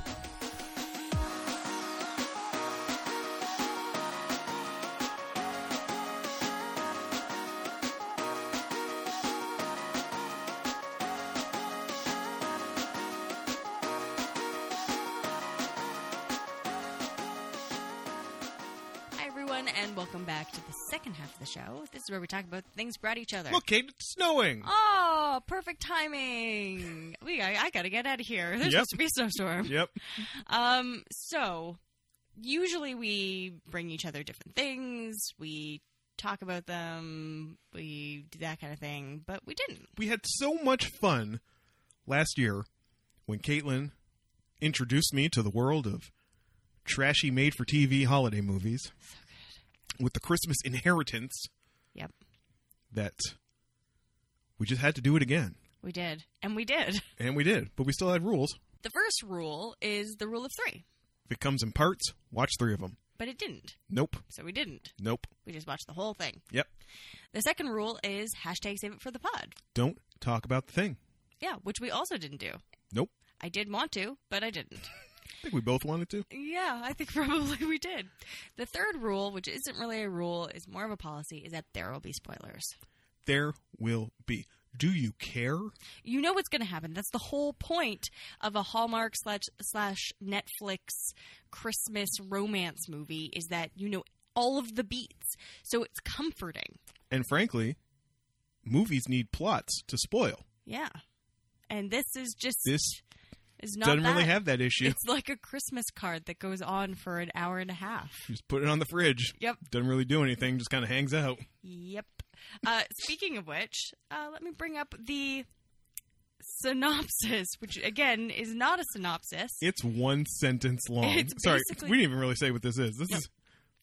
Speaker 2: Hi, everyone, and welcome back to the second half of the show. This is where we talk about things brought each other.
Speaker 3: Look, Kate, it's snowing.
Speaker 2: Oh, perfect timing! We, I, I gotta get out of here.
Speaker 3: Yep.
Speaker 2: There's supposed to be a snowstorm.
Speaker 3: Yep.
Speaker 2: Um, so usually we bring each other different things. We talk about them. We do that kind of thing, but we didn't.
Speaker 3: we had so much fun last year when Caitlin introduced me to the world of trashy made for TV holiday movies
Speaker 2: So good.
Speaker 3: with the Christmas inheritance
Speaker 2: Yep,
Speaker 3: that we just had to do it again.
Speaker 2: we did, and we did.
Speaker 3: And we did, but we still had rules.
Speaker 2: The first rule is the rule of three,
Speaker 3: If it comes in parts, watch three of them.
Speaker 2: but it didn't,
Speaker 3: Nope.
Speaker 2: so we didn't.
Speaker 3: Nope.
Speaker 2: We just watched the whole thing.
Speaker 3: Yep.
Speaker 2: The second rule is hashtag save it for the pod.
Speaker 3: Don't talk about the thing.
Speaker 2: Yeah, which we also didn't do.
Speaker 3: Nope.
Speaker 2: I did want to, but I didn't.
Speaker 3: I think we both wanted to.
Speaker 2: Yeah, I think probably we did. The third rule, which isn't really a rule, is more of a policy, is that there will be spoilers.
Speaker 3: There will be. Do you care?
Speaker 2: You know what's going to happen. That's the whole point of a Hallmark slash slash Netflix Christmas romance movie is that you know all of the beats, so it's comforting.
Speaker 3: And frankly, movies need plots to spoil.
Speaker 2: Yeah, and this is just
Speaker 3: This
Speaker 2: is not
Speaker 3: Doesn't
Speaker 2: that.
Speaker 3: really have that issue.
Speaker 2: It's like a Christmas card that goes on for an hour and a half.
Speaker 3: Just put it on the fridge.
Speaker 2: Yep.
Speaker 3: Doesn't really do anything. Just kind of hangs out.
Speaker 2: Yep. Uh, speaking of which, uh, let me bring up the synopsis, which again is not a synopsis.
Speaker 3: It's one sentence long.
Speaker 2: It's
Speaker 3: Sorry,
Speaker 2: basically-
Speaker 3: we didn't even really say what this is. This
Speaker 2: No.
Speaker 3: is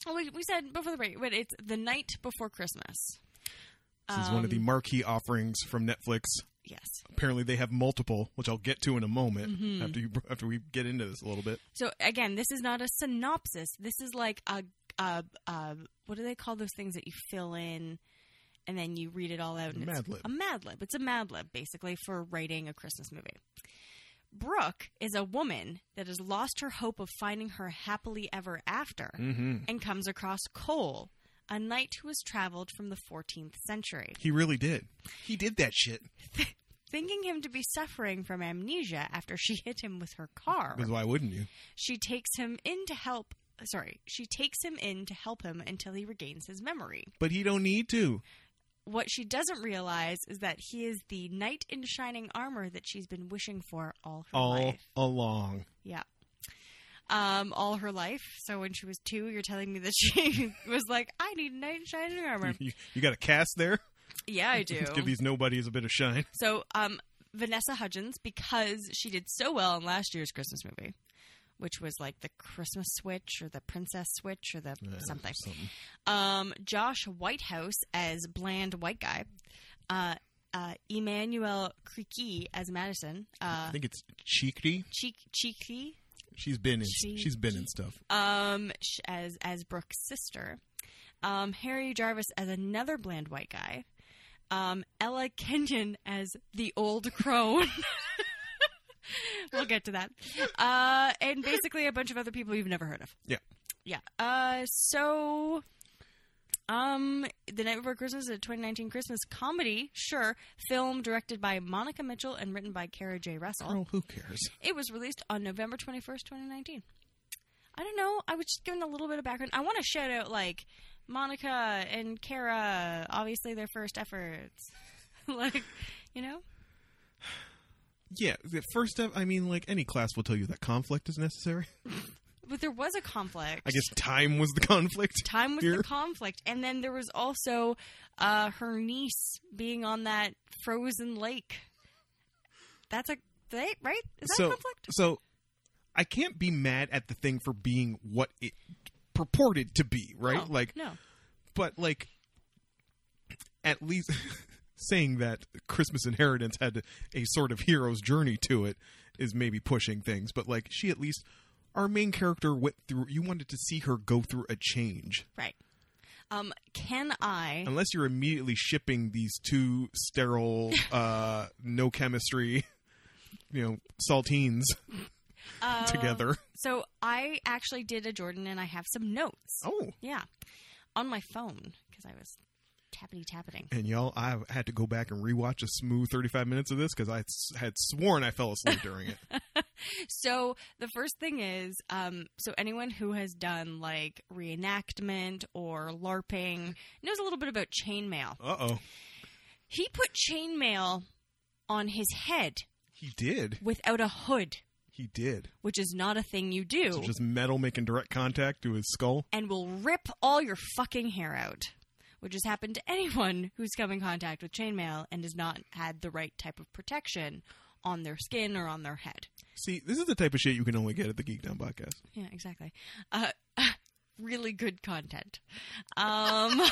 Speaker 2: Oh, we, we said before the break, but it's the night before Christmas.
Speaker 3: this is one of the
Speaker 2: Um,
Speaker 3: marquee offerings from Netflix.
Speaker 2: yes.
Speaker 3: Apparently, they have multiple, which I'll get to in a moment
Speaker 2: Mhm.
Speaker 3: after you, after we get into this a little bit.
Speaker 2: So again, this is not a synopsis. This is like a, a, a what do they call those things that you fill in and then you read it all out? And it's-
Speaker 3: Mad Lib.
Speaker 2: A Mad Lib. It's a Mad Lib, basically, for writing a Christmas movie. Brooke is a woman that has lost her hope of finding her happily ever after
Speaker 3: Mm-hmm.
Speaker 2: and comes across Cole, a knight who has traveled from the 14th century.
Speaker 3: He really did. He did that shit.
Speaker 2: Thinking him to be suffering from amnesia after she hit him with her car.
Speaker 3: Because why wouldn't you?
Speaker 2: She takes him in to help. Sorry, she takes him in to help him until he regains his memory.
Speaker 3: But he don't need to.
Speaker 2: What she doesn't realize is that he is the knight in shining armor that she's been wishing for all her
Speaker 3: All
Speaker 2: life.
Speaker 3: along.
Speaker 2: Yeah. Um, all her life. So when she was two, you're telling me that she was like, "I need a knight in shining armor."
Speaker 3: You, you got a cast there.
Speaker 2: yeah, I do.
Speaker 3: Let's give these nobodies a bit of shine.
Speaker 2: So, um, Vanessa Hudgens, because she did so well in last year's Christmas movie, which was like the Christmas switch or the princess switch or the
Speaker 3: Uh,
Speaker 2: something. Um, Josh Whitehouse as bland white guy. Uh, uh, Emmanuel Creaky as Madison.
Speaker 3: I
Speaker 2: Uh,
Speaker 3: think it's Chikri.
Speaker 2: Cheek Cheeky
Speaker 3: She's been in.
Speaker 2: She-
Speaker 3: she's been in stuff.
Speaker 2: um, sh- as as Brooke's sister. Um, Harry Jarvis as another bland white guy. Um, Ella Kenyon as the old crone. we'll get to that. Uh, and basically a bunch of other people you've never heard of.
Speaker 3: Yeah.
Speaker 2: Yeah. Uh, so. Um, The Night Before Christmas is a 2019 Christmas comedy, sure, film directed by Monica Mitchell and written by Kara J. Russell.
Speaker 3: Girl, who cares?
Speaker 2: It was released on November 21st, 2019. I don't know. I was just giving a little bit of background. I want to shout out, like, Monica and Kara, obviously their first efforts. like, you know?
Speaker 3: Yeah. the First up, I mean, like any class will tell you that conflict is necessary.
Speaker 2: But there was a conflict.
Speaker 3: I guess time was the conflict.
Speaker 2: Time was
Speaker 3: here.
Speaker 2: the conflict. And then there was also uh, her niece being on that frozen lake. That's a. They, right? Is that a
Speaker 3: so,
Speaker 2: conflict?
Speaker 3: so I can't be mad at the thing for being what it purported to be, right?
Speaker 2: No,
Speaker 3: like,
Speaker 2: no.
Speaker 3: but like, at least saying that Christmas Inheritance had a sort of hero's journey to it is maybe pushing things. But like, she at least our main character went through. You wanted to see her go through a change.
Speaker 2: Right. Um, can I.
Speaker 3: unless you're immediately shipping these two sterile, uh, no chemistry, you know, saltines
Speaker 2: uh,
Speaker 3: together.
Speaker 2: So I actually did a Jordan, and I have some notes.
Speaker 3: Oh,
Speaker 2: Yeah, on my phone because I was tappity tapping.
Speaker 3: and y'all, I had to go back and rewatch a smooth 35 minutes of this because I s- had sworn I fell asleep during it.
Speaker 2: So the first thing is, um, so anyone who has done like reenactment or LARPing knows a little bit about chainmail.
Speaker 3: Uh oh,
Speaker 2: He put chainmail on his head
Speaker 3: he did.
Speaker 2: without a hood,
Speaker 3: He did.
Speaker 2: which is not a thing you do,
Speaker 3: So just metal making direct contact to his skull.
Speaker 2: and will rip all your fucking hair out. Which has happened to anyone who's come in contact with chainmail and has not had the right type of protection on their skin or on their head.
Speaker 3: See, this is the type of shit you can only get at the Geek Down podcast.
Speaker 2: Yeah, exactly. Uh, really good content. Um,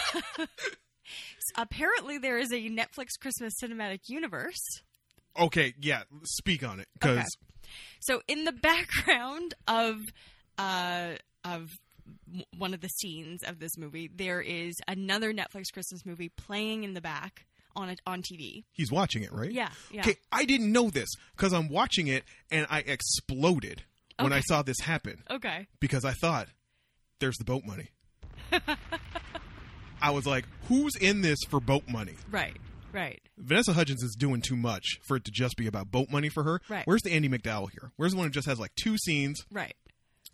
Speaker 2: apparently, there is a Netflix Christmas cinematic universe.
Speaker 3: Okay, yeah, speak on it because
Speaker 2: Okay. So, in the background of uh, of w- one of the scenes of this movie, there is another Netflix Christmas movie playing in the back on it on TV.
Speaker 3: He's watching it, right?
Speaker 2: Yeah, yeah.
Speaker 3: Okay, I didn't know this because I'm watching it and I exploded when I
Speaker 2: Okay.
Speaker 3: saw this happen
Speaker 2: Okay.
Speaker 3: because I thought, there's the boat money. I was like, who's in this for boat money?
Speaker 2: Right. Right.
Speaker 3: Vanessa Hudgens is doing too much for it to just be about boat money for her.
Speaker 2: Right.
Speaker 3: Where's the Andy McDowell here? Where's the one who just has like two scenes
Speaker 2: Right.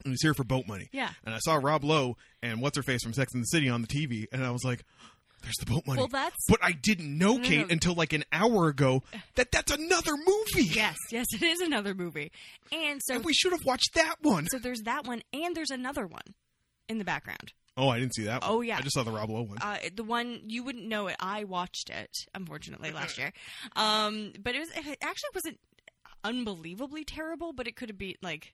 Speaker 3: and he's here for boat money?
Speaker 2: Yeah.
Speaker 3: And I saw Rob Lowe and what's her face from Sex and the City on the TV, and I was like, there's the boat money.
Speaker 2: Well, that's-
Speaker 3: But I didn't know,
Speaker 2: no,
Speaker 3: Kate,
Speaker 2: no.
Speaker 3: until like an hour ago that that's another movie.
Speaker 2: Yes. Yes. It is another movie, and so
Speaker 3: And we should have watched that one.
Speaker 2: so there's that one, and there's another one in the background.
Speaker 3: Oh, I didn't see that one.
Speaker 2: Oh, yeah.
Speaker 3: I just saw the Rob Lowe one.
Speaker 2: Uh, the one you wouldn't know it. I watched it unfortunately last year, um, but it was it actually wasn't unbelievably terrible, but it could have been like.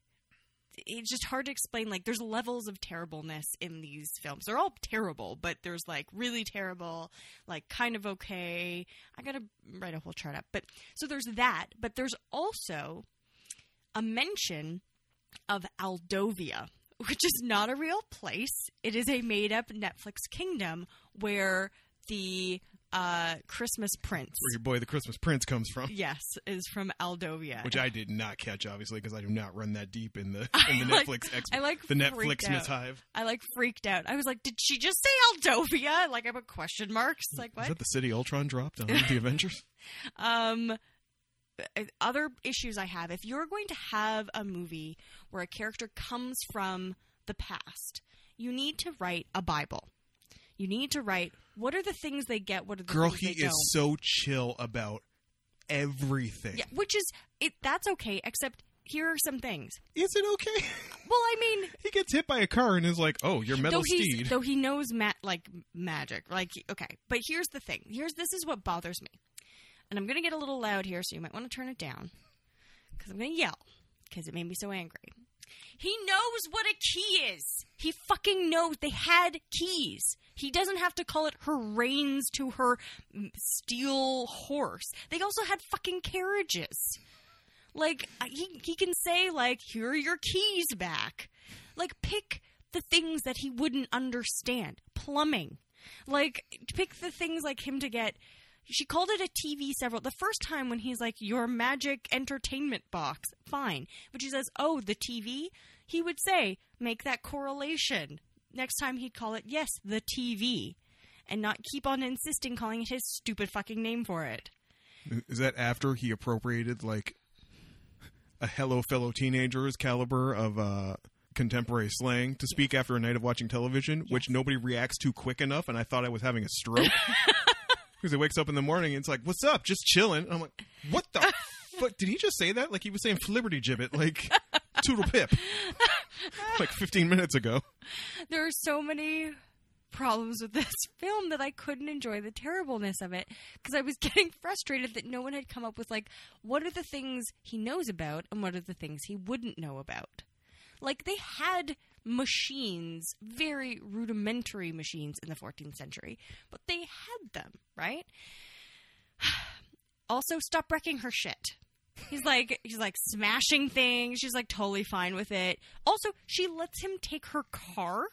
Speaker 2: It's just hard to explain. Like, there's levels of terribleness in these films. They're all terrible, but there's like really terrible, like kind of okay. I gotta write a whole chart up. But so there's that, but there's also a mention of Aldovia, which is not a real place. It is a made up Netflix kingdom where the uh, Christmas Prince,
Speaker 3: Where your boy, the Christmas Prince, comes from.
Speaker 2: yes, is from Aldovia.
Speaker 3: Which I did not catch, obviously, because I do not run that deep in the in the
Speaker 2: I like-
Speaker 3: Netflix ex-
Speaker 2: I like
Speaker 3: the
Speaker 2: freaked
Speaker 3: Netflix
Speaker 2: out.
Speaker 3: mishive.
Speaker 2: I like freaked out. I was like, did she just say Aldovia? Like I put question marks. Like
Speaker 3: Is
Speaker 2: what?
Speaker 3: that the city Ultron dropped on the Avengers?
Speaker 2: Um, other issues I have. If you're going to have a movie where a character comes from the past, you need to write a Bible. You need to write what are the things they get, what are the
Speaker 3: Girl,
Speaker 2: things
Speaker 3: he
Speaker 2: they don't.
Speaker 3: is so chill about everything.
Speaker 2: yeah, which is it. That's okay, except here are some things.
Speaker 3: Is it okay?
Speaker 2: Well, I mean,
Speaker 3: he gets hit by a car and is like, "Oh, your metal
Speaker 2: though he's
Speaker 3: steed."
Speaker 2: though he knows ma- like magic, like okay. But here's the thing. Here's this is what bothers me, and I'm gonna get a little loud here, so you might want to turn it down because I'm gonna yell because it made me so angry. He knows what a key is. He fucking knows they had keys. He doesn't have to call it her reins to her mm, steel horse. They also had fucking carriages. Like I- he he can say like here are your keys back. Like pick the things that he wouldn't understand. Plumbing. Like pick the things like him to get she called it a TV several the first time when he's like your magic entertainment box. Fine. But she says, "Oh, the TV." He would say, "Make that correlation." Next time he'd call it, "Yes, the TV." And not keep on insisting calling it his stupid fucking name for it.
Speaker 3: is that after he appropriated like a hello fellow teenagers caliber of uh contemporary slang to speak after a night of watching television which nobody reacts to quick enough and i thought i was having a stroke because he wakes up in the morning and it's like what's up just chilling and i'm like what the fuck did he just say that like he was saying flibberty gibbet like toodle pip like 15 minutes ago
Speaker 2: there are so many problems with this film that I couldn't enjoy the terribleness of it because I was getting frustrated that no one had come up with like what are the things he knows about and what are the things he wouldn't know about. Like they had machines, very rudimentary machines in the 14th century, but they had them, right? Also, stop wrecking her shit. He's like he's like smashing things. She's like totally fine with it. Also, she lets him take her car.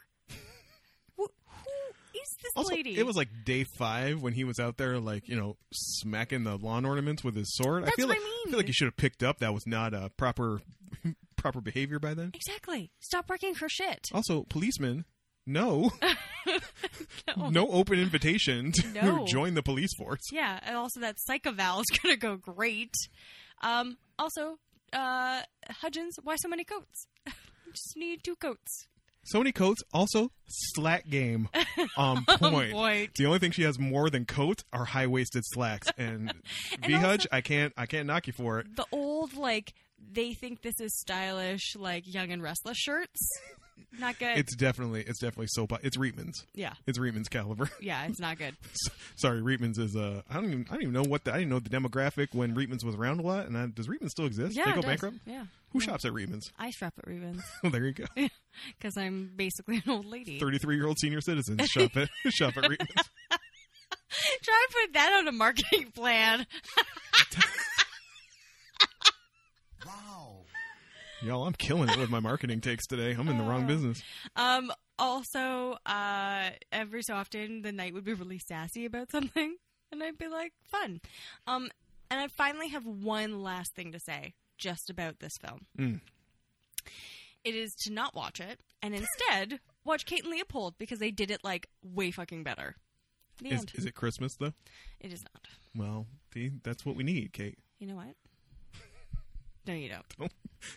Speaker 2: Who, who is this
Speaker 3: also
Speaker 2: lady?
Speaker 3: it was like day five when he was out there like you know smacking the lawn ornaments with his sword i
Speaker 2: That's
Speaker 3: feel
Speaker 2: what
Speaker 3: like
Speaker 2: I mean.
Speaker 3: feel like you should have picked up that was not a proper proper behavior by then
Speaker 2: exactly. Stop wrecking her shit.
Speaker 3: also policemen no no. open invitation to
Speaker 2: No.
Speaker 3: join the police force
Speaker 2: Yeah, and also that psych eval is gonna go great. Um, also, uh, Hudgens, why so many coats? You Just need two coats.
Speaker 3: sony coats also slack game on point
Speaker 2: point.
Speaker 3: the only thing she has more than coats are high-waisted slacks and, v hudge
Speaker 2: also-
Speaker 3: i can't i can't knock you for it
Speaker 2: The old like they think this is stylish, like young and restless shirts. Not good.
Speaker 3: it's definitely it's definitely soap it's reitman's
Speaker 2: yeah,
Speaker 3: it's reitman's caliber
Speaker 2: yeah, it's not good.
Speaker 3: Sorry, Reitman's is uh, I don't even I don't even know what the, I didn't know the demographic when Reitman's was around a lot. And I, does Reitman still exist?
Speaker 2: Yeah,
Speaker 3: they
Speaker 2: it
Speaker 3: go
Speaker 2: does.
Speaker 3: bankrupt.
Speaker 2: Yeah,
Speaker 3: Who shops at Reitman's?
Speaker 2: I shop at Rubens
Speaker 3: Well, there you go.
Speaker 2: because I'm basically an old lady.
Speaker 3: Thirty-three year old senior citizens shop at shop at Reitman's.
Speaker 2: Try and put that on a marketing plan.
Speaker 3: Y'all, I'm killing it with my marketing takes today. I'm in the
Speaker 2: Oh,
Speaker 3: wrong business.
Speaker 2: Um, also, uh, every so often, the night would be really sassy about something. and I'd be like, fun. Um, and I finally have one last thing to say just about this film.
Speaker 3: Mm.
Speaker 2: It is to not watch it and instead watch Kate and Leopold because they did it like way fucking better. The
Speaker 3: Is,
Speaker 2: end.
Speaker 3: is it Christmas though?
Speaker 2: It is not.
Speaker 3: Well, see, that's what we need, Kate.
Speaker 2: You know what? No, you don't.
Speaker 3: Don't,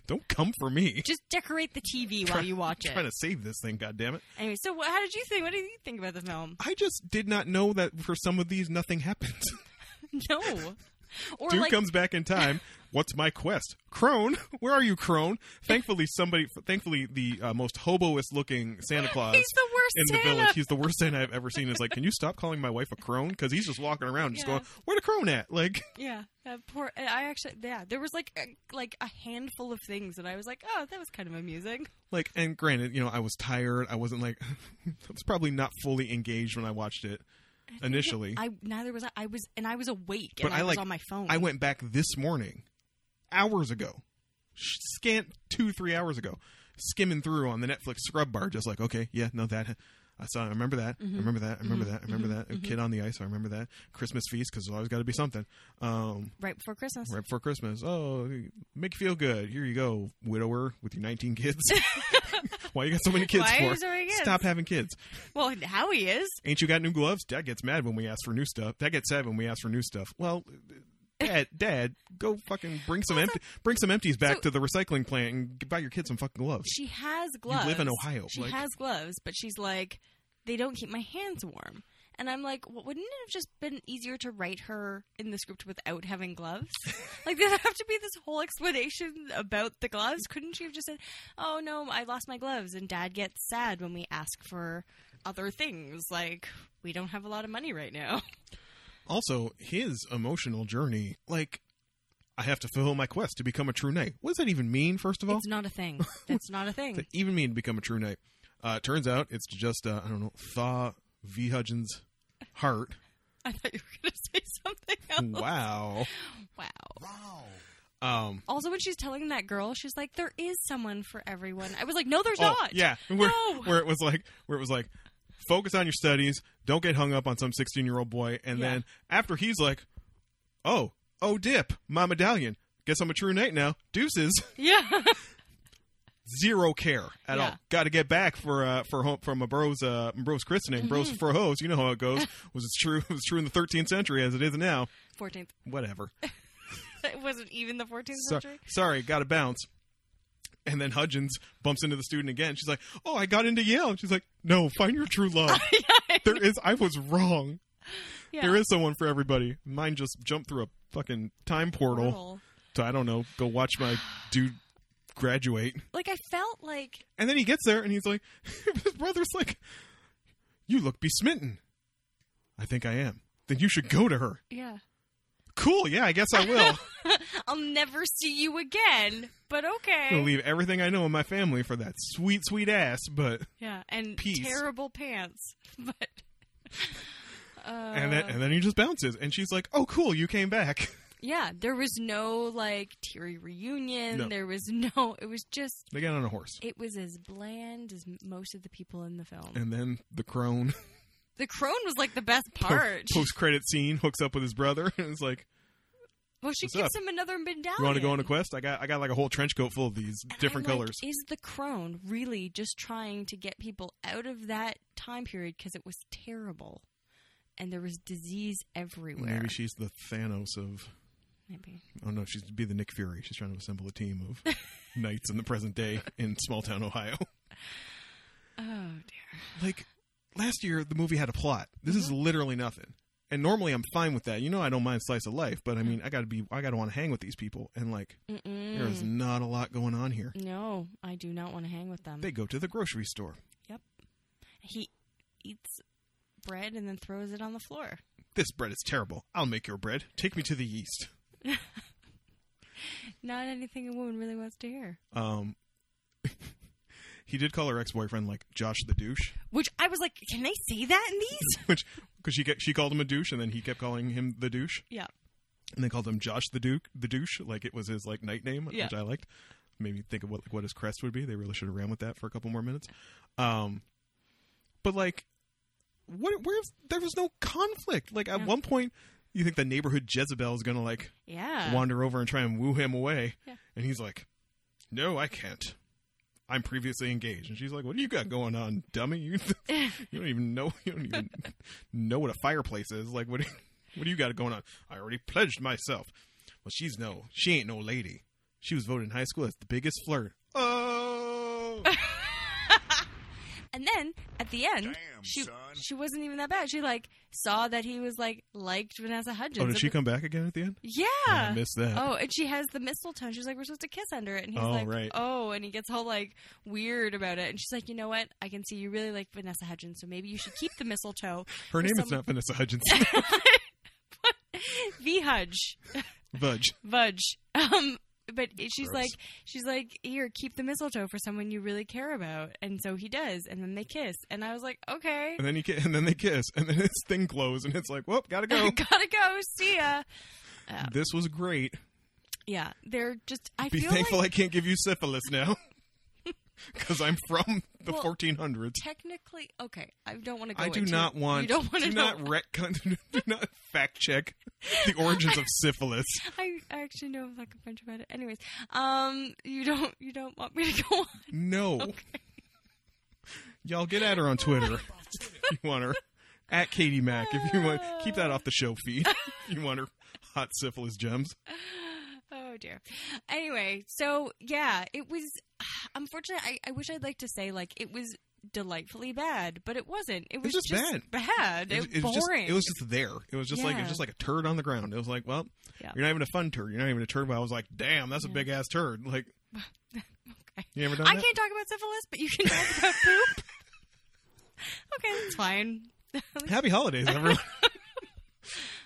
Speaker 3: don't come for me.
Speaker 2: Just decorate the TV while you watch it.
Speaker 3: Trying to save this thing, goddammit.
Speaker 2: Anyway, so what, how did you think? What did you think about the film?
Speaker 3: I just did not know that for some of these nothing happens.
Speaker 2: No. Or
Speaker 3: Dude
Speaker 2: like,
Speaker 3: comes back in time. What's my quest? Crone, where are you, Crone? Thankfully, somebody. Thankfully, the uh, most hoboist looking Santa Claus
Speaker 2: he's the worst
Speaker 3: in the
Speaker 2: Santa.
Speaker 3: village. He's the worst Santa I've ever seen. Is like, can you stop calling my wife a crone? Because he's just walking around, just
Speaker 2: Yeah.
Speaker 3: going, "Where the crone at?" Like,
Speaker 2: Yeah, that poor. I actually, yeah, there was like a, like a handful of things that I was like, oh, that was kind of amusing.
Speaker 3: like. And granted, you know, I was tired. I wasn't like, I was probably not fully engaged when I watched it initially.
Speaker 2: I neither was I, I was, and I was awake,
Speaker 3: But
Speaker 2: and I,
Speaker 3: I,
Speaker 2: was
Speaker 3: like-
Speaker 2: on my phone.
Speaker 3: I went back this morning, hours ago, sh- scant two, three hours ago, skimming through on the Netflix scrub bar, just like, okay, yeah, no, that. I saw. I remember that. I remember that. I remember that. I remember that. A kid on the ice. I remember that. Christmas feast because there's always got to be something. Um,
Speaker 2: right before Christmas.
Speaker 3: right before Christmas. Oh, make you feel good. Here you go, widower with your 19 kids. Why you got so many kids
Speaker 2: Why
Speaker 3: for?
Speaker 2: is there kids?
Speaker 3: Stop having kids.
Speaker 2: Well, how he is.
Speaker 3: Ain't you got new gloves? Dad gets mad when we ask for new stuff. Dad gets sad when we ask for new stuff. Well, dad, dad, go fucking bring some empty, bring some empties back
Speaker 2: So-
Speaker 3: to the recycling plant and g- buy your kids some fucking gloves.
Speaker 2: She has gloves.
Speaker 3: live in Ohio,
Speaker 2: She
Speaker 3: like-
Speaker 2: has gloves, but she's like, they don't keep my hands warm. And I'm like, well, wouldn't it have just been easier to write her in the script without having gloves? like, there'd have to be this whole explanation about the gloves. Couldn't she have just said, oh, no, I lost my gloves, and dad gets sad when we ask for other things? Like, we don't have a lot of money right now.
Speaker 3: Also, his emotional journey, like, I have to fulfill my quest to become a true knight. What does that even mean? First of all,
Speaker 2: It's not a thing. That's not a thing.
Speaker 3: Does that even mean to become a true knight? Uh, turns out it's just uh, I don't know Thaw V Hudgens' heart.
Speaker 2: I thought you were going to say something else.
Speaker 3: wow.
Speaker 2: Wow.
Speaker 1: Wow.
Speaker 3: Um,
Speaker 2: Also, when she's telling that girl, she's like, "There is someone for everyone." I was like, "No, there's
Speaker 3: Oh,
Speaker 2: not."
Speaker 3: Yeah, where,
Speaker 2: No.
Speaker 3: where it was like, where it was like, focus on your studies. Don't get hung up on some sixteen-year-old boy. And
Speaker 2: Yeah.
Speaker 3: then after he's like, oh, oh, dip, my medallion. Guess I'm a true knight now. Deuces,
Speaker 2: yeah.
Speaker 3: zero care at all.
Speaker 2: Yeah.
Speaker 3: Got to get back for uh, for home from a bros uh, bros christening, bros
Speaker 2: Mm-hmm.
Speaker 3: for hose. You know how it goes. was it true? It was true in the 13th century as it is now.
Speaker 2: Fourteenth.
Speaker 3: Whatever.
Speaker 2: It wasn't even the fourteenth
Speaker 3: So-
Speaker 2: century.
Speaker 3: sorry, got to bounce. And then Hudgens bumps into the student again. She's like, "Oh, I got into Yale." And she's like, "No, find your true love. there is. I was wrong.
Speaker 2: Yeah.
Speaker 3: There is someone for everybody. Mine just jumped through a fucking time portal
Speaker 2: Portal.
Speaker 3: to I don't know. Go watch my dude graduate."
Speaker 2: Like I felt like
Speaker 3: And then he gets there and he's like, his brother's like, "You look besmitten." I think I am. Then you should go to her.
Speaker 2: yeah.
Speaker 3: Cool. Yeah, I guess I will.
Speaker 2: I'll never see you again, but okay.
Speaker 3: I'll leave everything I know in my family for that sweet, sweet ass. But
Speaker 2: yeah, and
Speaker 3: Peace.
Speaker 2: terrible pants, but. Uh,
Speaker 3: and then and then he just bounces and she's like oh cool you came back
Speaker 2: yeah, there was no like teary reunion.
Speaker 3: No.
Speaker 2: There was no. It was just.
Speaker 3: they got on a horse
Speaker 2: It was as bland as m- most of the people in the film.
Speaker 3: and then the crone
Speaker 2: the crone was like the best part.
Speaker 3: post credit scene hooks up with his brother and is like
Speaker 2: Well, she
Speaker 3: What's
Speaker 2: gives
Speaker 3: up?
Speaker 2: him another medallion.
Speaker 3: you want to go on a quest i got i got like a whole trench coat full of these
Speaker 2: Oh, And
Speaker 3: different
Speaker 2: I'm like,
Speaker 3: colors
Speaker 2: is the crone really just trying to get people out of that time period because it was terrible, and there was disease everywhere?
Speaker 3: maybe she's the thanos of
Speaker 2: Maybe.
Speaker 3: oh no she's be the nick fury she's trying to assemble a team of knights in the present day in small town ohio
Speaker 2: Oh dear.
Speaker 3: like last year the movie had a plot this is literally nothing and normally i'm fine with that you know i don't mind slice of life but i mean i gotta be i gotta want to hang with these people and like
Speaker 2: Mm-mm.
Speaker 3: there is not a lot going on here
Speaker 2: No, I do not want to hang with them.
Speaker 3: They go to the grocery store.
Speaker 2: He eats bread and then throws it on the floor.
Speaker 3: This bread is terrible. I'll make your bread. Take me to the yeast.
Speaker 2: Not anything a woman really wants to hear.
Speaker 3: Um, he did call her ex-boyfriend like Josh the douche,
Speaker 2: Which I was like, can they say that in these?
Speaker 3: which because she ke- she called him a douche, and then he kept calling him the douche,
Speaker 2: yeah.
Speaker 3: and they called him Josh the Duke, the douche, like it was his like night name,
Speaker 2: Yeah.
Speaker 3: which I liked. Made me think of what like what his crest would be. They really should have ran with that for a couple more minutes. Um, but like what? Where's there was no conflict? Like at
Speaker 2: Yeah.
Speaker 3: one point, you think the neighborhood Jezebel is gonna like
Speaker 2: Yeah.
Speaker 3: wander over and try and woo him away,
Speaker 2: Uh. Yeah.
Speaker 3: and he's like, "No, I can't. I'm previously engaged." And she's like, "What do you got going on, dummy? You, you don't even know. You don't even know what a fireplace is. Like, what? do- What do you got going on? I already pledged myself. Well, she's no. She ain't no lady. She was voted in high school as the biggest flirt. Oh."
Speaker 2: And then at the end,
Speaker 4: Damn,
Speaker 2: she
Speaker 4: son.
Speaker 2: she wasn't even that bad. She like saw that he was like liked Vanessa Hudgens.
Speaker 3: Oh, did
Speaker 2: At
Speaker 3: she
Speaker 2: the-
Speaker 3: come back again at the end?
Speaker 2: Yeah.
Speaker 3: I missed that.
Speaker 2: Oh, and she has the mistletoe. She's like, we're supposed to kiss under it. And he's
Speaker 3: Oh,
Speaker 2: like,
Speaker 3: right.
Speaker 2: oh, and he gets all like weird about it. And she's like, you know what? I can see you really like Vanessa Hudgens, so maybe you should keep the mistletoe.
Speaker 3: Her name is
Speaker 2: some-
Speaker 3: not Vanessa Hudgenson.
Speaker 2: The Hudge.
Speaker 3: Vudge.
Speaker 2: Vudge. Um, but it- she's
Speaker 3: Gross.
Speaker 2: like, she's like, here, keep the mistletoe for someone you really care about. And so he does. And then they kiss. And I was like, okay.
Speaker 3: And then you ki- and then they kiss, and then his thing glows, and it's like, "Whoop, gotta go."
Speaker 2: Gotta go. See ya.
Speaker 3: this was great.
Speaker 2: Yeah. They're just, I
Speaker 3: Be
Speaker 2: feel
Speaker 3: thankful
Speaker 2: like
Speaker 3: I can't give you syphilis now, because I'm from the
Speaker 2: Well,
Speaker 3: 1400s.
Speaker 2: technically, okay, I don't want to go
Speaker 3: I do
Speaker 2: into-
Speaker 3: not want.
Speaker 2: You don't want
Speaker 3: do
Speaker 2: to know.
Speaker 3: not retcon. Do not fact check the origins of syphilis.
Speaker 2: I I actually know like a bunch about it. Anyways, um, you don't you don't want me to go on?
Speaker 3: No. Y'all get at her on Twitter. if you want her at Katie Mack if you want. Keep that off the show feed. If you want her hot syphilis gems.
Speaker 2: Oh dear. Anyway, so yeah, it was. Unfortunately, I, I wish I'd like to say like it was delightfully bad, but it wasn't. It was
Speaker 3: just
Speaker 2: bad. Bad. It,
Speaker 3: was just
Speaker 2: boring.
Speaker 3: it was just there. It was just like it
Speaker 2: Yeah.
Speaker 3: was just like a turd on the ground. It was like, well,
Speaker 2: Yeah.
Speaker 3: you're not even a fun turd. You're not even a turd. But I was like, damn, that's a
Speaker 2: Yeah.
Speaker 3: big ass turd. Like,
Speaker 2: Okay.
Speaker 3: you ever done
Speaker 2: I
Speaker 3: that?
Speaker 2: can't talk about syphilis, but you can talk about poop. okay, that's fine.
Speaker 3: Happy holidays, everyone.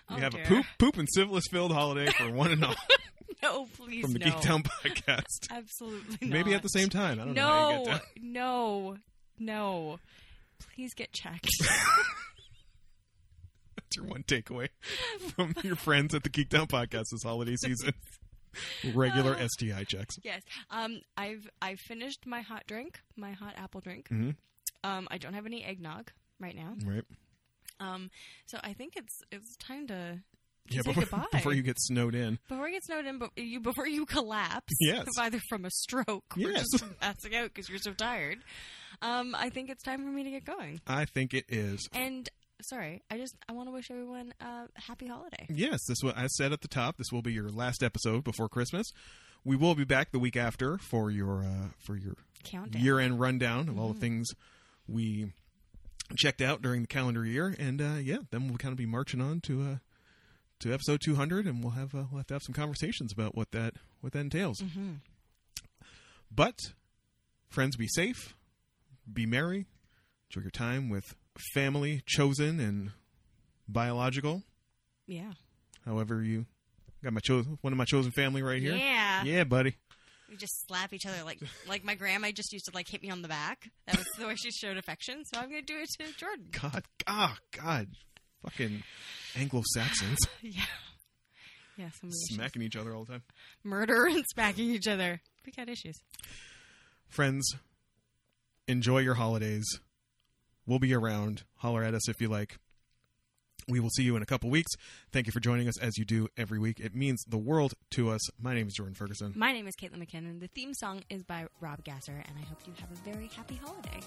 Speaker 2: Oh,
Speaker 3: we have
Speaker 2: dear.
Speaker 3: a poop, poop, and syphilis filled holiday for one and all
Speaker 2: No, please
Speaker 3: from the
Speaker 2: no.
Speaker 3: Geek Town podcast.
Speaker 2: Absolutely.
Speaker 3: Maybe
Speaker 2: not.
Speaker 3: at the same time. I don't know. How you
Speaker 2: No,
Speaker 3: get that.
Speaker 2: no, no. Please get checked.
Speaker 3: That's your one takeaway from your friends at the Geek Town podcast this holiday season. Regular
Speaker 2: Oh.
Speaker 3: STI checks.
Speaker 2: yes. Um, I've I've finished my hot drink, my hot apple drink.
Speaker 3: Mhm.
Speaker 2: Um, I don't have any eggnog right now.
Speaker 3: Right.
Speaker 2: Um, so I think it's it's time to
Speaker 3: Yeah,
Speaker 2: say
Speaker 3: before,
Speaker 2: goodbye.
Speaker 3: before you get snowed in.
Speaker 2: before it gets snowed in, but you before you collapse,
Speaker 3: Yes.
Speaker 2: either from a stroke or
Speaker 3: Yes.
Speaker 2: just from passing out because you're so tired. Um, I think it's time for me to get going.
Speaker 3: I think it is.
Speaker 2: And sorry, I just I want to wish everyone a happy holiday.
Speaker 3: Yes, this what I said at the top. This will be your last episode before Christmas. We will be back the week after for your uh, for your
Speaker 2: Countdown.
Speaker 3: year end rundown of all the things we checked out during the calendar year, and uh, yeah, then we'll kind of be marching on to uh, to episode two hundred, and we'll have uh, we'll have to have some conversations about what that what that entails. But friends, be safe, be merry, enjoy your time with family, chosen and biological
Speaker 2: yeah.
Speaker 3: however you got my chosen one of my chosen family right here.
Speaker 2: Yeah.
Speaker 3: Yeah, buddy.
Speaker 2: We just slap each other like like my grandma just used to like hit me on the back. That was the way she showed affection. So I'm gonna do it to Jordan.
Speaker 3: God, ah, God, fucking Anglo Saxons
Speaker 2: Yeah. Yeah, some of the issues.
Speaker 3: smacking each other all the time.
Speaker 2: murder and smacking each other. We got issues.
Speaker 3: Friends, enjoy your holidays. We'll be around. Holler at us if you like. We will see you in a couple weeks. Thank you for joining us as you do every week. It means the world to us. My name is Jordan Ferguson.
Speaker 2: My name is Caitlin McKinnon. The theme song is by Rob Gasser, and I hope you have a very happy holiday.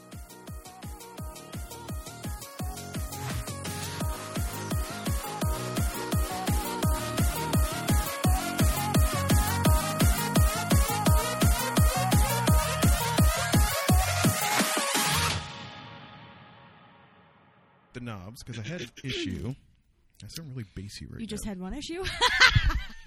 Speaker 3: The knobs, because I had an issue. I sound really bassy right
Speaker 2: You just
Speaker 3: now.
Speaker 2: had one issue?